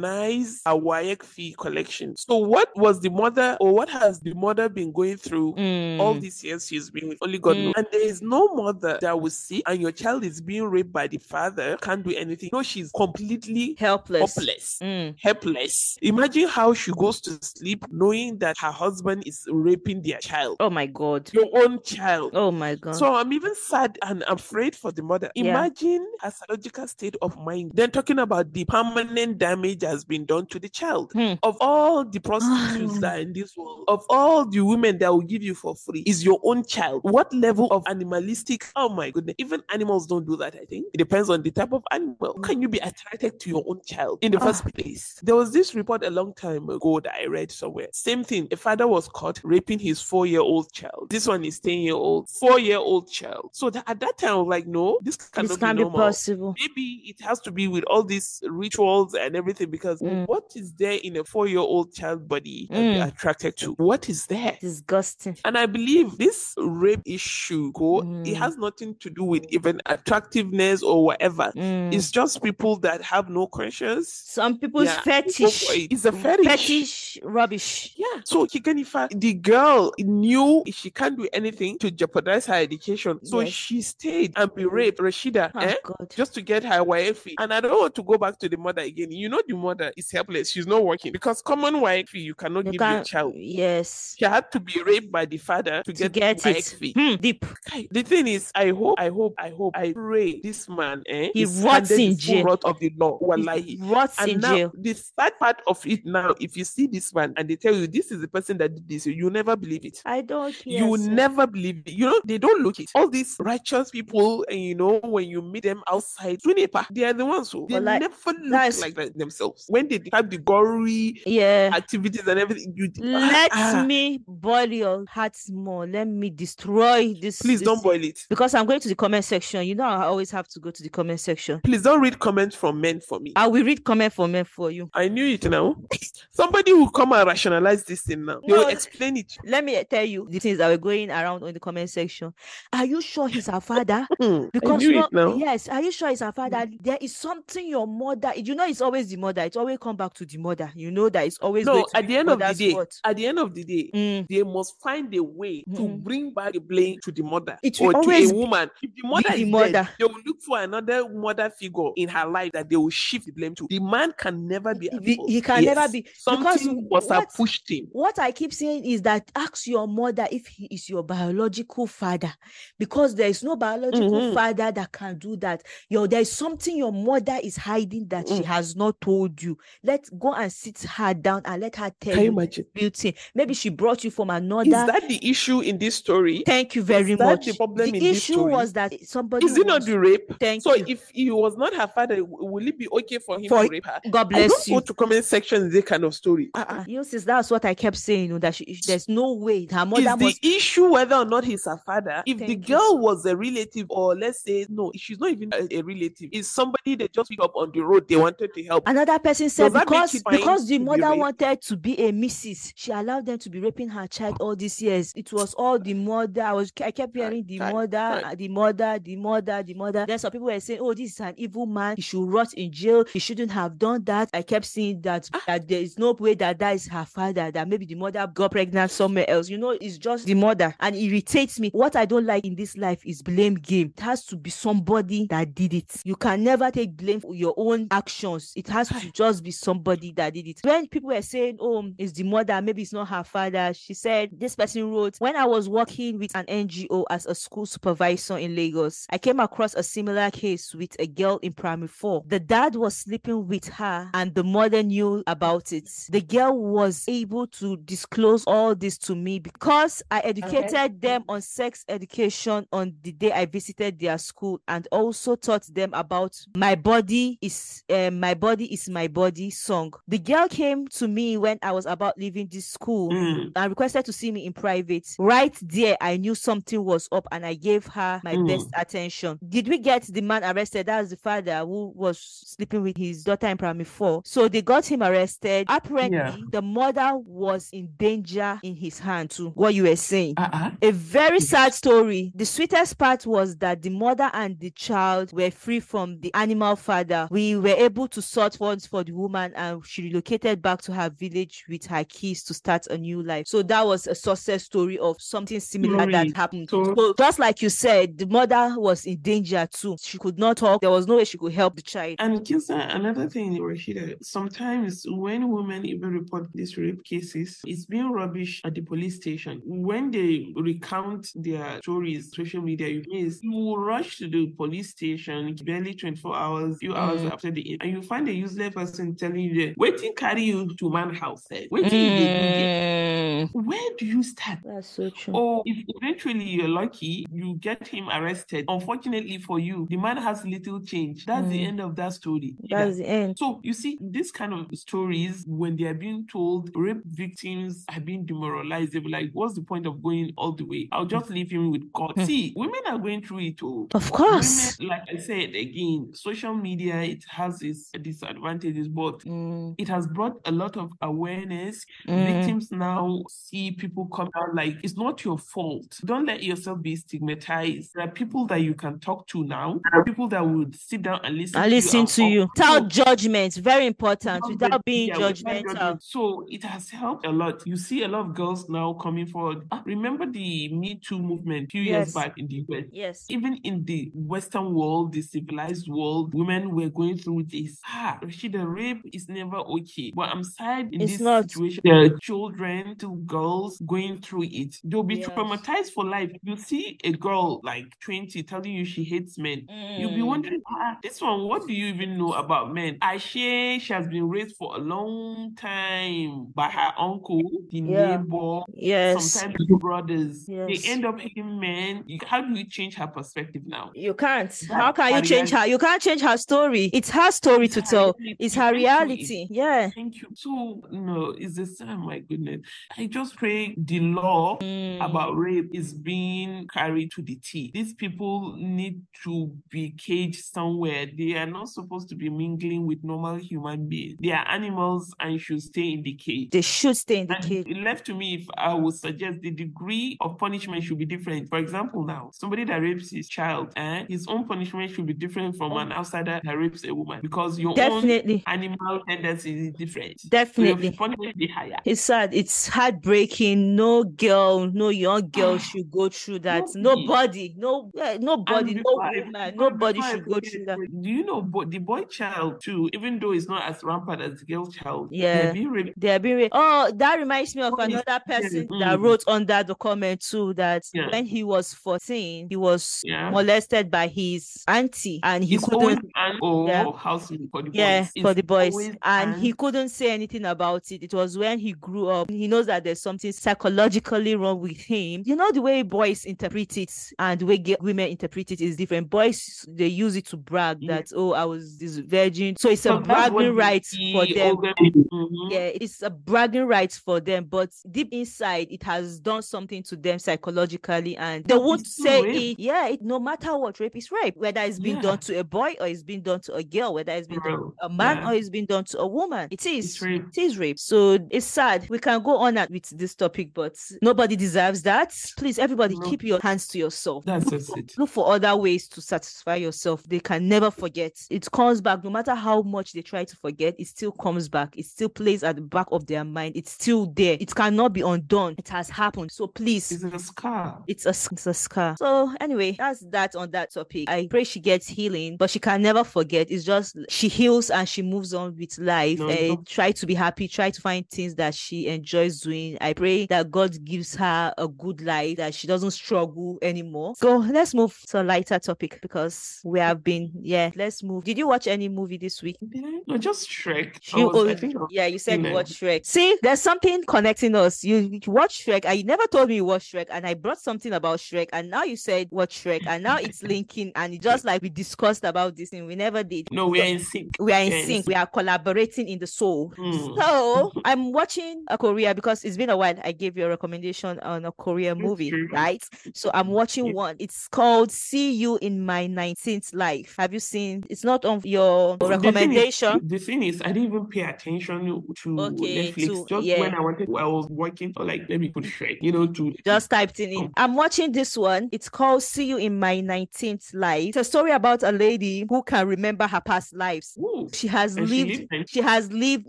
S3: weaponized a WAEC fee collection. So, what was the mother, or what has the mother been going through all
S2: Mm.
S3: these years she's been with only God knows. And there is no mother that will see and your child is being raped by the father, can't do anything. No, she's completely
S2: Helpless.
S3: helpless.
S2: Mm.
S3: Helpless. Imagine how she goes to sleep knowing that her husband is raping their child,
S2: Oh my God.
S3: your own child.
S2: Oh my God.
S3: So I'm even sad and afraid for the mother.
S2: Yeah.
S3: Imagine her psychological state of mind. Then talking about the permanent damage has been done to the child.
S2: Hmm.
S3: Of all the prostitutes that are in this world, of all the women that will give you for free, is your own child. What level of animalistic? Oh my goodness! Even animals don't do that. I think it depends on the type of animal. How can you be attracted to your own child in the first
S2: Ah.
S3: place? There was this report a long time ago that I read somewhere. Same thing. A father was caught raping his four-year-old child. This one is ten-year-old, four-year-old child. So that, at that time, I was like, no, this cannot
S2: this can't
S3: be
S2: be
S3: normal
S2: possible.
S3: maybe it has to be with all these rituals and everything because
S2: Mm.
S3: what is there in a four-year-old child body that
S2: Mm.
S3: they're attracted to? What is there?
S2: Disgusting.
S3: And I believe this rape issue, Ko,
S2: Mm.
S3: it has nothing to do with even attractiveness or whatever.
S2: Mm.
S3: It's just people that have no conscience.
S2: Some people's
S3: Yeah, they go
S2: fetish.
S3: for it. It's a fetish.
S2: Fetish rubbish.
S3: Yeah. So Chikanifa, the girl knew she can't do anything to jeopardize her education. So
S2: Yes.
S3: she stayed and be raped. Rashida,
S2: Oh
S3: eh?
S2: God.
S3: just to get her wifey. And I don't want to go back to the mother again. You know, the mother is helpless. She's not working because common wifey, you cannot
S2: You
S3: give your
S2: can't-
S3: child.
S2: Yes.
S3: She had to be raped by the father to,
S2: To
S3: get,
S2: get it.
S3: wifey.
S2: Hmm, Deep.
S3: Kai, The thing is, I hope, I hope, I hope, I pray this man, eh,
S2: He
S3: is handed
S2: rots
S3: the
S2: in
S3: full
S2: jail.
S3: Rot of the law, wallahi.
S2: It Rots
S3: And
S2: in
S3: now,
S2: jail.
S3: the sad part of it now, if you see this man and they tell you this is the person that did this, you never believe it
S2: I don't care.
S3: you will
S2: sir.
S3: never believe it. You know, they don't look it. All these righteous people, and you know, when you meet them outside, Juniper, they are the ones who they
S2: But like,
S3: never look
S2: that's-
S3: like that themselves. When they have the gory
S2: Yeah.
S3: activities and everything, you
S2: Let
S3: Ah,
S2: me boil your heart more. Let me destroy this.
S3: please
S2: this-
S3: don't boil it.
S2: Because I'm going to the comment section. You know, I always have to go to the comment section.
S3: Please don't read comments from men for me.
S2: I will read comment for me for you.
S3: I knew it now. Somebody will come and rationalize this thing now. They
S2: No.
S3: will explain it.
S2: Let me tell you the things that were going around on the comment section. Are you sure he's her father?
S3: Hmm, I
S2: Because
S3: knew
S2: no-
S3: it now.
S2: yes, are you sure it's her father? There is something your mother. You know, it's always the mother. It's always come back to the mother. You know that it's always going
S3: No,
S2: to
S3: at
S2: be
S3: the end of the
S2: mother's
S3: day,
S2: fault.
S3: at the end of the day,
S2: Mm.
S3: they must find a way to
S2: Mhm.
S3: bring back the blame to the mother
S2: It will
S3: or to
S2: always
S3: a
S2: be-
S3: woman. If the mother
S2: the
S3: is
S2: mother.
S3: dead, they will look for another mother figure in her life that they will shift the blame to. The man can never be at
S2: He-
S3: fault.
S2: he can never be- because
S3: Something was have
S2: what-
S3: pushed him.
S2: What I keep saying is that ask your mother if he is your biological father, because there is no biological
S3: Mhm.
S2: father that can do that. Yo, there is something your mother is hiding that she
S3: Mm.
S2: has not told you. Let's go and sit her down and let her tell
S3: Can you
S2: you
S3: imagine?
S2: beauty. Maybe she brought you from another.
S3: Is that the issue in this story?
S2: Thank you very
S3: that
S2: much.
S3: the problem in this
S2: issue
S3: story?
S2: was that somebody
S3: Is it not
S2: was-
S3: the rape?
S2: Thank
S3: so
S2: you.
S3: if he was not her father, w- will it be okay for him
S2: For-
S3: to rape her?
S2: God
S3: I don't
S2: bless you.
S3: go to comment section this kind of story. Ah, ah.
S2: Ah, You know, since that's what I kept saying, you know, that she, there's no way her mother
S3: is
S2: must
S3: the issue whether or not he's a father. If the
S2: Thank you.
S3: girl was a relative, or let's say no, she's not even a, a relative. It's somebody they just picked up on the road. They wanted to help.
S2: Another person said
S3: Does that make
S2: because
S3: it fine
S2: because the
S3: to be
S2: mother
S3: raped?
S2: wanted to be a missus, she allowed them to be raping her child all these years. It was all the mother. I was I kept hearing the
S3: right,
S2: mother,
S3: right.
S2: uh, the mother, the mother, the mother. Then some people were saying, "Oh, this is an evil man. He should rot in jail. He shouldn't have done that." I kept seeing that
S3: Ah.
S2: that there is no way that that is her father. That maybe the mother got pregnant somewhere else. You know, it's just the mother, and it irritates me. What I don't like in this life is blame game. It has to be somebody that did it. You can never take blame for your own actions. It has to just be somebody that did it. When people were saying, "Oh, it's the mother," maybe it's not her father. She said, "This person wrote when I was working with an NGO as a school supervisor in Lagos, I came across a similar case with a girl in primary four. The dad was sleeping with her, and the mother knew about it. The girl was able to disclose all this to me because I educated them on sex education on the day I visited their school and also taught them about my body is uh, my body is my body song. The girl came to me when I was about leaving this school
S3: Mm,
S2: and requested to see me in private. Right there, I knew something was up and I gave her my
S3: Mm.
S2: best attention. Did we get the man arrested? That's the father who was sleeping with his daughter in primary four. So they got him arrested. Apparently, the mother was in danger in his hand, too. What you were saying.
S1: Uh-uh.
S2: A very sad story. The sweetest part was that the mother and the child were free from the animal father. We were able to sort funds for the woman and she relocated back to her village with her kids to start a new life. So that was a success story of something similar
S1: Story.
S2: that happened.
S1: So-
S2: So just like you said, the mother was in danger too. She could not talk. There was no way she could help the child.
S1: And Kinsa, another thing, Rashida, sometimes when women even report this rape
S3: rape cases is being rubbish at the police station. When they recount their stories, social media, you miss, you will rush to the police station barely 24 hours, few hours
S2: Mm.
S3: after the and you find a useless person telling you that waiting carry you to man house. eh? Waiting
S2: Mm.
S3: where do you start?
S2: That's so true.
S3: Or if eventually you're lucky, you get him arrested. Unfortunately for you, the man has little change. That's the
S2: Mm.
S3: end of that story. Yeah.
S2: That's the end.
S3: So you see, these kind of stories, when they are being told, rape victims are being demoralized. They're like, "What's the point of going all the way? I'll just leave him with God."
S2: Hmm.
S3: See, women are going through it too.
S2: Of
S3: Women,
S2: course.
S3: like I said again, social media it has its disadvantages, but
S2: Mm,
S3: it has brought a lot of awareness
S2: mm,
S3: victims now see people come out like it's not your fault. Don't let yourself be stigmatized. There are people that you can talk to now, There are people that would sit down and listen
S2: I
S3: to you.
S2: listen
S3: and
S2: to
S3: talk.
S2: you.
S3: So-
S2: Without judgment, very important.
S3: Without
S2: Without being
S3: yeah, without
S2: judgmental.
S3: judgment. So it has helped a lot. You see a lot of girls now coming forward. Ah, Remember the Me Too movement a few
S2: Yes.
S3: years back in the US?
S2: Yes.
S3: Even in the Western world, the civilized world, women were going through this. Ah, Rashida, rape is never okay. But I'm sad in
S2: It's
S3: this
S2: not.
S3: situation. There are children to girls going through it. They'll be
S2: Yes.
S3: traumatized for life. You see a girl like 20 telling you she hates men. You'll be
S2: Mm.
S3: wondering, ah, this one, what do you even know about men? Ashe, she has been raised for a long time by her uncle, the
S2: Yeah.
S3: neighbor,
S2: Yes.
S3: sometimes the brothers.
S2: Yes.
S3: They end up hating men. You- How do you change her perspective now?
S2: You can't.
S3: That
S2: How can you
S3: her
S2: change her? You can't change her story. It's her story
S3: It's
S2: to
S3: her
S2: tell.
S3: reality.
S2: It's
S3: You
S2: her
S3: can't change it.
S2: reality. Yeah.
S3: Thank you. So, no, it's the same. My goodness. I just pray the law
S2: Mm.
S3: about rape is being carried to the T. These people need to be caged somewhere. They are not supposed to be mingling with normal human beings. They are animals and should stay in the cage.
S2: They should stay in the
S3: And
S2: cage.
S3: it left to me if I would suggest the degree of punishment should be different. For example, now somebody that rapes his child, eh, his own punishment should be different from an outsider that rapes a woman because your own
S2: Mm-hmm. Definitely.
S3: animal tendency is different. So your
S2: Definitely.
S3: punishment should be higher.
S2: It's sad. It's heartbreaking. No girl, no young girl should go through that.
S3: Ah. Nobody.
S2: Nobody, no, eh,
S3: And
S2: nobody, no
S3: before I-
S2: woman,
S3: but
S2: nobody
S3: before I
S2: should go
S3: forget,
S2: through that.
S3: do you know bo- the boy child too, even though it's not as rampant as the girl child, they're
S2: Yeah.
S3: being raped.
S2: They have been. Re- oh, that reminds me of
S3: What is-
S2: another
S3: yeah,
S2: person that
S3: mm,
S2: wrote under the comment too that
S3: yeah,
S2: when he was 14, he was
S3: yeah.
S2: molested by his auntie and he
S3: It's
S2: couldn't
S3: always an
S2: Yeah.
S3: or housemate for the
S2: Yeah,
S3: boys.
S2: for
S3: It's
S2: the boys.
S3: always
S2: And
S3: an
S2: he couldn't say anything about it. It was when he grew up. He knows that there's something psychologically wrong with him. You know, the way boys interpret it and the way ge- women interpret it is different. Boys, they use it to brag
S3: Yeah.
S2: that, oh, I was this virgin. So it's a
S3: So that's
S2: bragging
S3: what the,
S2: right for
S3: the
S2: them.
S3: older Mhm.
S2: Yeah, it's a bragging right for them, but deep inside, it has done something to them psychologically, and they won't
S3: It's still
S2: say
S3: rape.
S2: it. Yeah, it, no matter what, rape is rape, whether it's been done
S3: Yeah,
S2: to a boy or it's been done to a girl, whether it's been done
S3: bro.
S2: a man
S3: Yeah,
S2: or it's been done to a woman. It
S3: it's
S2: is.
S3: rape.
S2: It is rape. So it's sad. We can go on at- with this topic, but nobody deserves that. Please, everybody,
S3: No,
S2: keep your hands to yourself.
S3: that's
S2: Look
S3: just
S2: for,
S3: it.
S2: look for other ways to satisfy yourself. They can never forget. It comes back, no matter how much they try to forget, it still comes back. It still plays at the back of their mind. It's still there. It cannot be undone. It has happened. So please
S3: It's a scar.
S2: it's a, s- it's a scar. So anyway, that's that on that topic. I pray she gets healing, but she can never forget. It's just she heals and she moves on with life.
S3: No,
S2: And
S3: no.
S2: try to be happy. Try to find things that she enjoys doing. I pray that God gives her a good life that she doesn't struggle anymore. So let's move to a lighter topic because we have been yeah. Let's move. Did you watch any movie this week?
S3: Did I- No, just Shrek. I
S2: You
S3: was, I
S2: oh
S3: think I was
S2: yeah, you said
S3: in
S2: you
S3: a
S2: watch Shrek. See, there's something connecting us. You you watch Shrek. I never told me you watch Shrek, and I brought something about Shrek, and now you said watch Shrek, and now it's linking, and it just like we discussed about this thing. We never did.
S3: No, we
S2: So
S3: are in sync.
S2: we are in
S3: We are in
S2: sync. We
S3: sync.
S2: are collaborating in the soul.
S3: Mm.
S2: So I'm watching a Korea because it's been a while. I gave you a recommendation on a Korean
S3: That's
S2: movie,
S3: true.
S2: right? So I'm watching
S3: Yeah.
S2: one. It's called "See You in My 19th Life." Have you seen? It's not on your
S3: The thing is,
S2: recommendation.
S3: the thing is, I didn't even pay attention to
S2: Okay,
S3: Netflix.
S2: too.
S3: Just
S2: Yeah.
S3: when I wanted, I was working. So like, let me put Shrek. You know, to
S2: just typed it in.
S3: come.
S2: I'm watching this one. It's called See You in My 19th Life. It's a story about a lady who can remember her past lives.
S3: Ooh.
S2: She has
S3: And she
S2: lived
S3: lived. in-
S2: she has lived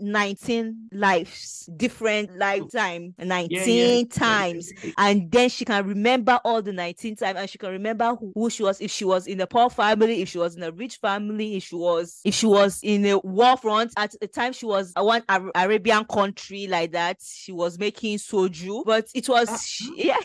S2: 19 lives, different lifetime, 19
S3: yeah.
S2: times. And then she can remember all the 19 times and she can remember who, who she was, if she was in a poor family, if she was in a rich family, if she was if she was in a war front. At the time she was a one Ar- Arabian country like that. She was making soju, but it was
S3: Uh,
S2: she- yeah.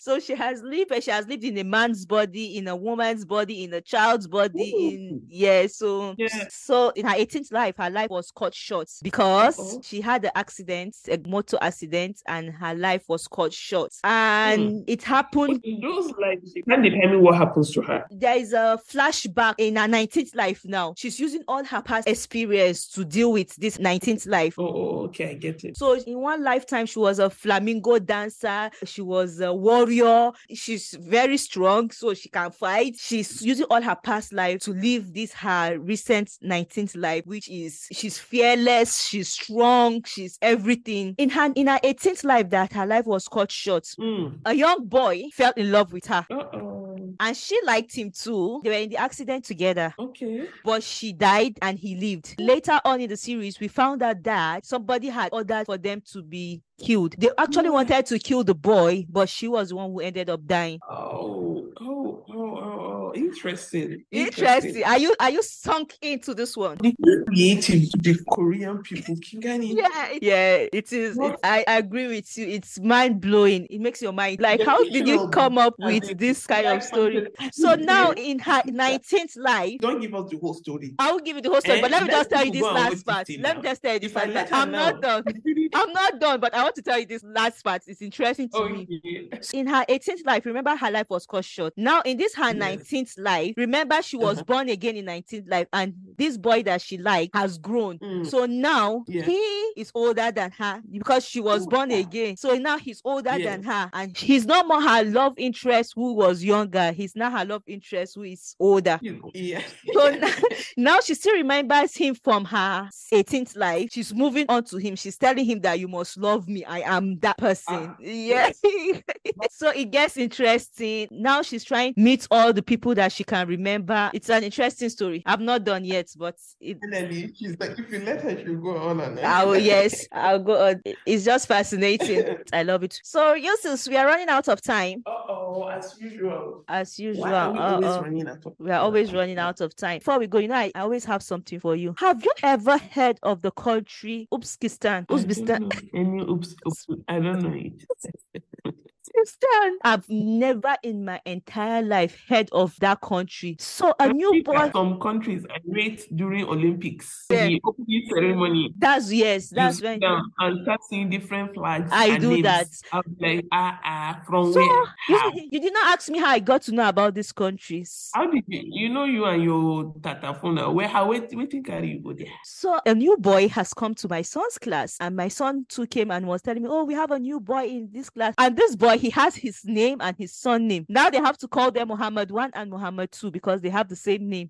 S2: so she has lived she has lived in a man's body, in a woman's body, in a child's body, in
S3: Ooh.
S2: yeah. So
S3: Yeah.
S2: so in her 18th life, her life was cut short because
S3: Uh-oh.
S2: she had an accident, a motor accident, and her life was cut short. And it happened.
S3: In those lives, you can't determine what happens to her.
S2: There is a flashback in her 19th life now. She's using all her past experience to deal with this 19th life.
S3: Oh, oh, okay, I get it.
S2: So in one lifetime, she was a flamingo dancer. She was a warrior. She's very strong, so she can fight. She's using all her past life to live this her recent 19th life, which is she's fearless, she's strong, she's everything. In her in her 18th life, that her life was cut short.
S3: Mm.
S2: A young boy fell in love with her.
S3: Uh oh.
S2: And she liked him too. They were in the accident together
S3: Okay.
S2: but she died and he lived. Later on in the series, we found out that somebody had ordered for them to be killed. They actually
S3: What?
S2: wanted to kill the boy, but she was the one who ended up dying.
S3: Oh, oh, oh, oh, oh. Interesting.
S2: Interesting. Are you are you sunk into this one?
S3: The creative, the Korean people, Kingani.
S2: Yeah, it- yeah, it is.
S3: What?
S2: it- I I agree with you. It's mind blowing. It makes your mind like,
S3: The
S2: how did you
S3: fictional
S2: come up
S3: and
S2: with
S3: the
S2: this kind of
S3: Like-minded
S2: story?
S3: people.
S2: So now in her nineteenth life,
S3: don't give us the whole story.
S2: I will give you the whole story,
S3: Eh,
S2: but let me
S3: let
S2: just tell you
S3: people
S2: this
S3: go and
S2: last
S3: watch
S2: part.
S3: it
S2: Let me
S3: now.
S2: just tell you this
S3: If I let
S2: last part.
S3: her
S2: I'm not done. I'm not done, but I want to tell you this last part. It's interesting
S3: Oh,
S2: to me.
S3: okay.
S2: In her 18th life, remember her life was cut short. Now, in this her
S3: Yes.
S2: 19th life, remember she was
S3: Uh-huh.
S2: born again in 19th life, and this boy that she liked has grown.
S3: Mm.
S2: So now
S3: Yeah.
S2: he is older than her because she was born
S3: Older.
S2: again. So now he's older than her, and he's not more her love interest who was younger. He's now her love interest who is older.
S3: You- Yeah.
S2: So now, now she still remembers him from her 18th life. She's moving on to him. She's telling him that you must love me. I am that person.
S3: Ah,
S2: Yes. so it gets interesting. Now she's trying to meet all the people that she can remember. It's an interesting story. I'm not done yet, but it,
S3: Finally, she's like, if you let her, she'll go on and on.
S2: I'll, Oh, yes, I'll go on. It- It's just fascinating. I love it. So, Yusuf, we are running out of time.
S3: Uh oh, as usual.
S2: As usual, Uh,
S3: Why are we always
S2: Uh-oh.
S3: running out of
S2: We are always running out of time. Before we go, you know, I, I always have something for you. Have you ever heard of the country Uzbekistan?
S3: I don't
S2: Uzbekistan.
S3: know. Any oops, oops, I don't know it.
S2: Uzbekistan. I've never in my entire life heard of that country. So a new boy.
S3: Some countries I wait during Olympics.
S2: Yeah.
S3: The opening ceremony.
S2: That's yes.
S3: you
S2: That's
S3: sit
S2: when.
S3: down and start seeing different flags.
S2: I
S3: and
S2: do
S3: names.
S2: that.
S3: I'm like, ah, ah, from
S2: So
S3: where?
S2: you,
S3: How?
S2: you did not ask me how I got to know about these countries.
S3: How did you, you know you and your tatafuna? Where how wait waiting carry you go there?
S2: So a new boy has come to my son's class, and my son too came and was telling me, "Oh, we have a new boy in this class." And this boy, he has his name and his son name. Now they have to call them Muhammad one and Muhammad two because they have the same name.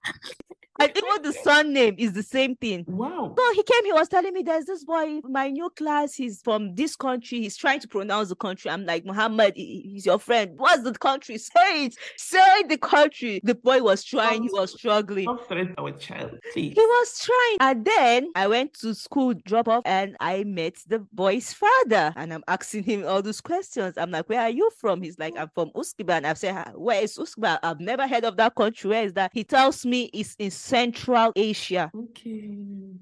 S2: and even the son name is the same thing.
S3: Wow.
S2: So he came, he was telling me, There's this boy in my new class. He's from this country. He's trying to pronounce the country. I'm like, Muhammad, he- he's your friend. What's the country? Say it. Say the country. The boy was trying, he was struggling.
S3: Don't threat our child, please.
S2: He was trying. And then I went to school drop off and I met the boy's father. And I'm asking him all those questions. I'm like, Where are you from? He's like, I'm from Uzbekistan. I've said, "Ah, Where is Uzbekistan? I've never heard of that country. Where is that? He tells me it's in Central Asia
S3: Okay.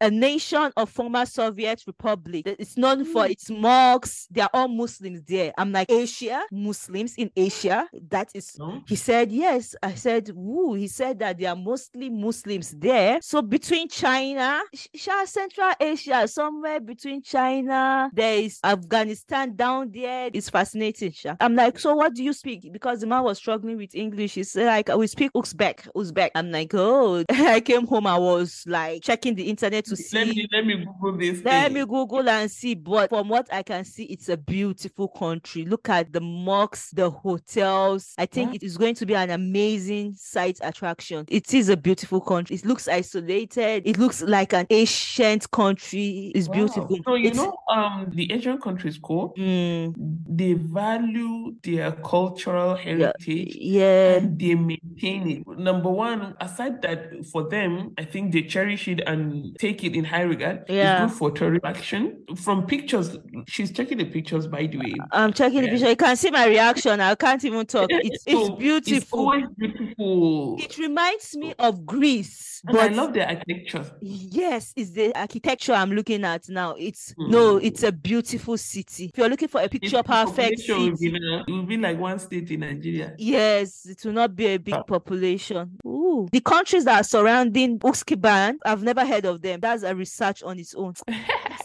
S2: a nation of former Soviet republic. that It's known for
S3: Mm.
S2: its mosques. They are all Muslims there. I'm like, Asia, Muslims in Asia. That is.
S3: No?
S2: He said, yes. I said, woo. He said that there are mostly Muslims there. So between China, Sh- Sha- Central Asia, somewhere between China, there is Afghanistan down there. It's fascinating, Sha. I'm like, so what do you speak? Because the man was struggling with English. He said, like, we speak Uzbek, Uzbek. I'm like, oh. I came home. I was like checking the internet to see.
S3: Let me let me Google this.
S2: Let
S3: thing.
S2: me Google and see. But from what I can see, it's a beautiful country. Look at the mosques, the hotels. I think
S3: Yeah.
S2: it is going to be an amazing sight attraction. It is a beautiful country. It looks isolated. It looks like an ancient country. It's
S3: Wow.
S2: beautiful.
S3: So you
S2: It's-
S3: know um the Asian countries called
S2: Mm,
S3: they value their cultural
S2: yeah,
S3: heritage
S2: yeah.
S3: and they maintain it. Number one, aside that for for them, I think they cherish it and take it in high regard.
S2: Yeah.
S3: It's good for tourist action. From pictures, she's checking the pictures, by the way.
S2: I'm checking the
S3: Yeah.
S2: picture. You can see my reaction. I can't even talk.
S3: Yeah,
S2: It's,
S3: so
S2: it's beautiful.
S3: always beautiful.
S2: It reminds me of Greece,
S3: And I
S2: but
S3: love the architecture.
S2: Yes, it's the architecture I'm looking at now. It's no,
S3: Hmm.
S2: it's a beautiful city. If you're looking for a
S3: If
S2: picture
S3: the
S2: perfect
S3: population will
S2: city,
S3: be now- It will be like one state in Nigeria.
S2: yes, it will not be a
S3: Oh.
S2: big population. Ooh. The countries that are surrounding Uzbekistan, I've never heard of them. That's a research on its own.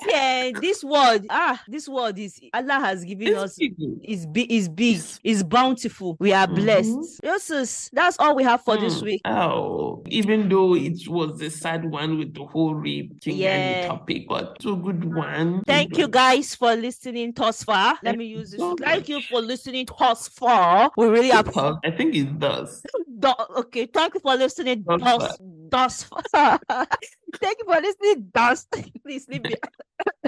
S2: yeah, this world, ah, this world is Allah has given
S3: It's
S2: us
S3: big.
S2: is big is big is bountiful we
S3: Mm-hmm.
S2: are blessed yes sis, that's all we have for this
S3: Mm.
S2: week
S3: Oh, even though it was a sad one with the whole rape thing and
S2: Yeah.
S3: the topic, but it's a good one.
S2: Thank you guys for listening thus far. Let
S3: Thank
S2: me use this.
S3: so
S2: Thank you
S3: much.
S2: for listening thus far. We really
S3: Yeah,
S2: appreciate.
S3: I think it does.
S2: Okay, thank you for listening
S3: Thus
S2: thus thus far. thank you for listening thus. Please leave me.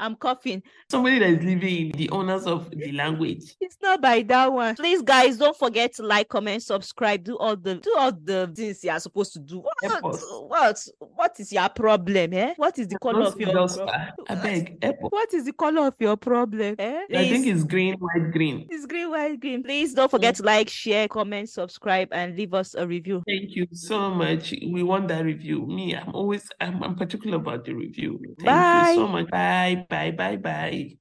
S2: I'm coughing.
S3: Somebody that is living in the honors of the language.
S2: It's not by that one. Please, guys, don't forget to like, comment, subscribe, do all the do all the things you are supposed to do. What
S3: Help us.
S2: what what is your problem? Eh? What is the color
S3: Those
S2: of your
S3: those
S2: pro-
S3: are- I beg, help us.
S2: what is the color of your problem? Eh?
S3: I
S2: Please.
S3: think it's green, white, green.
S2: It's green, white, green. Please don't forget to like, share, comment, subscribe, and leave us a review.
S3: Thank you so much. We want that review. Me, I'm always, I'm, I'm particular about the review. Thank
S2: Bye.
S3: you so much. Bye, bye, bye, bye.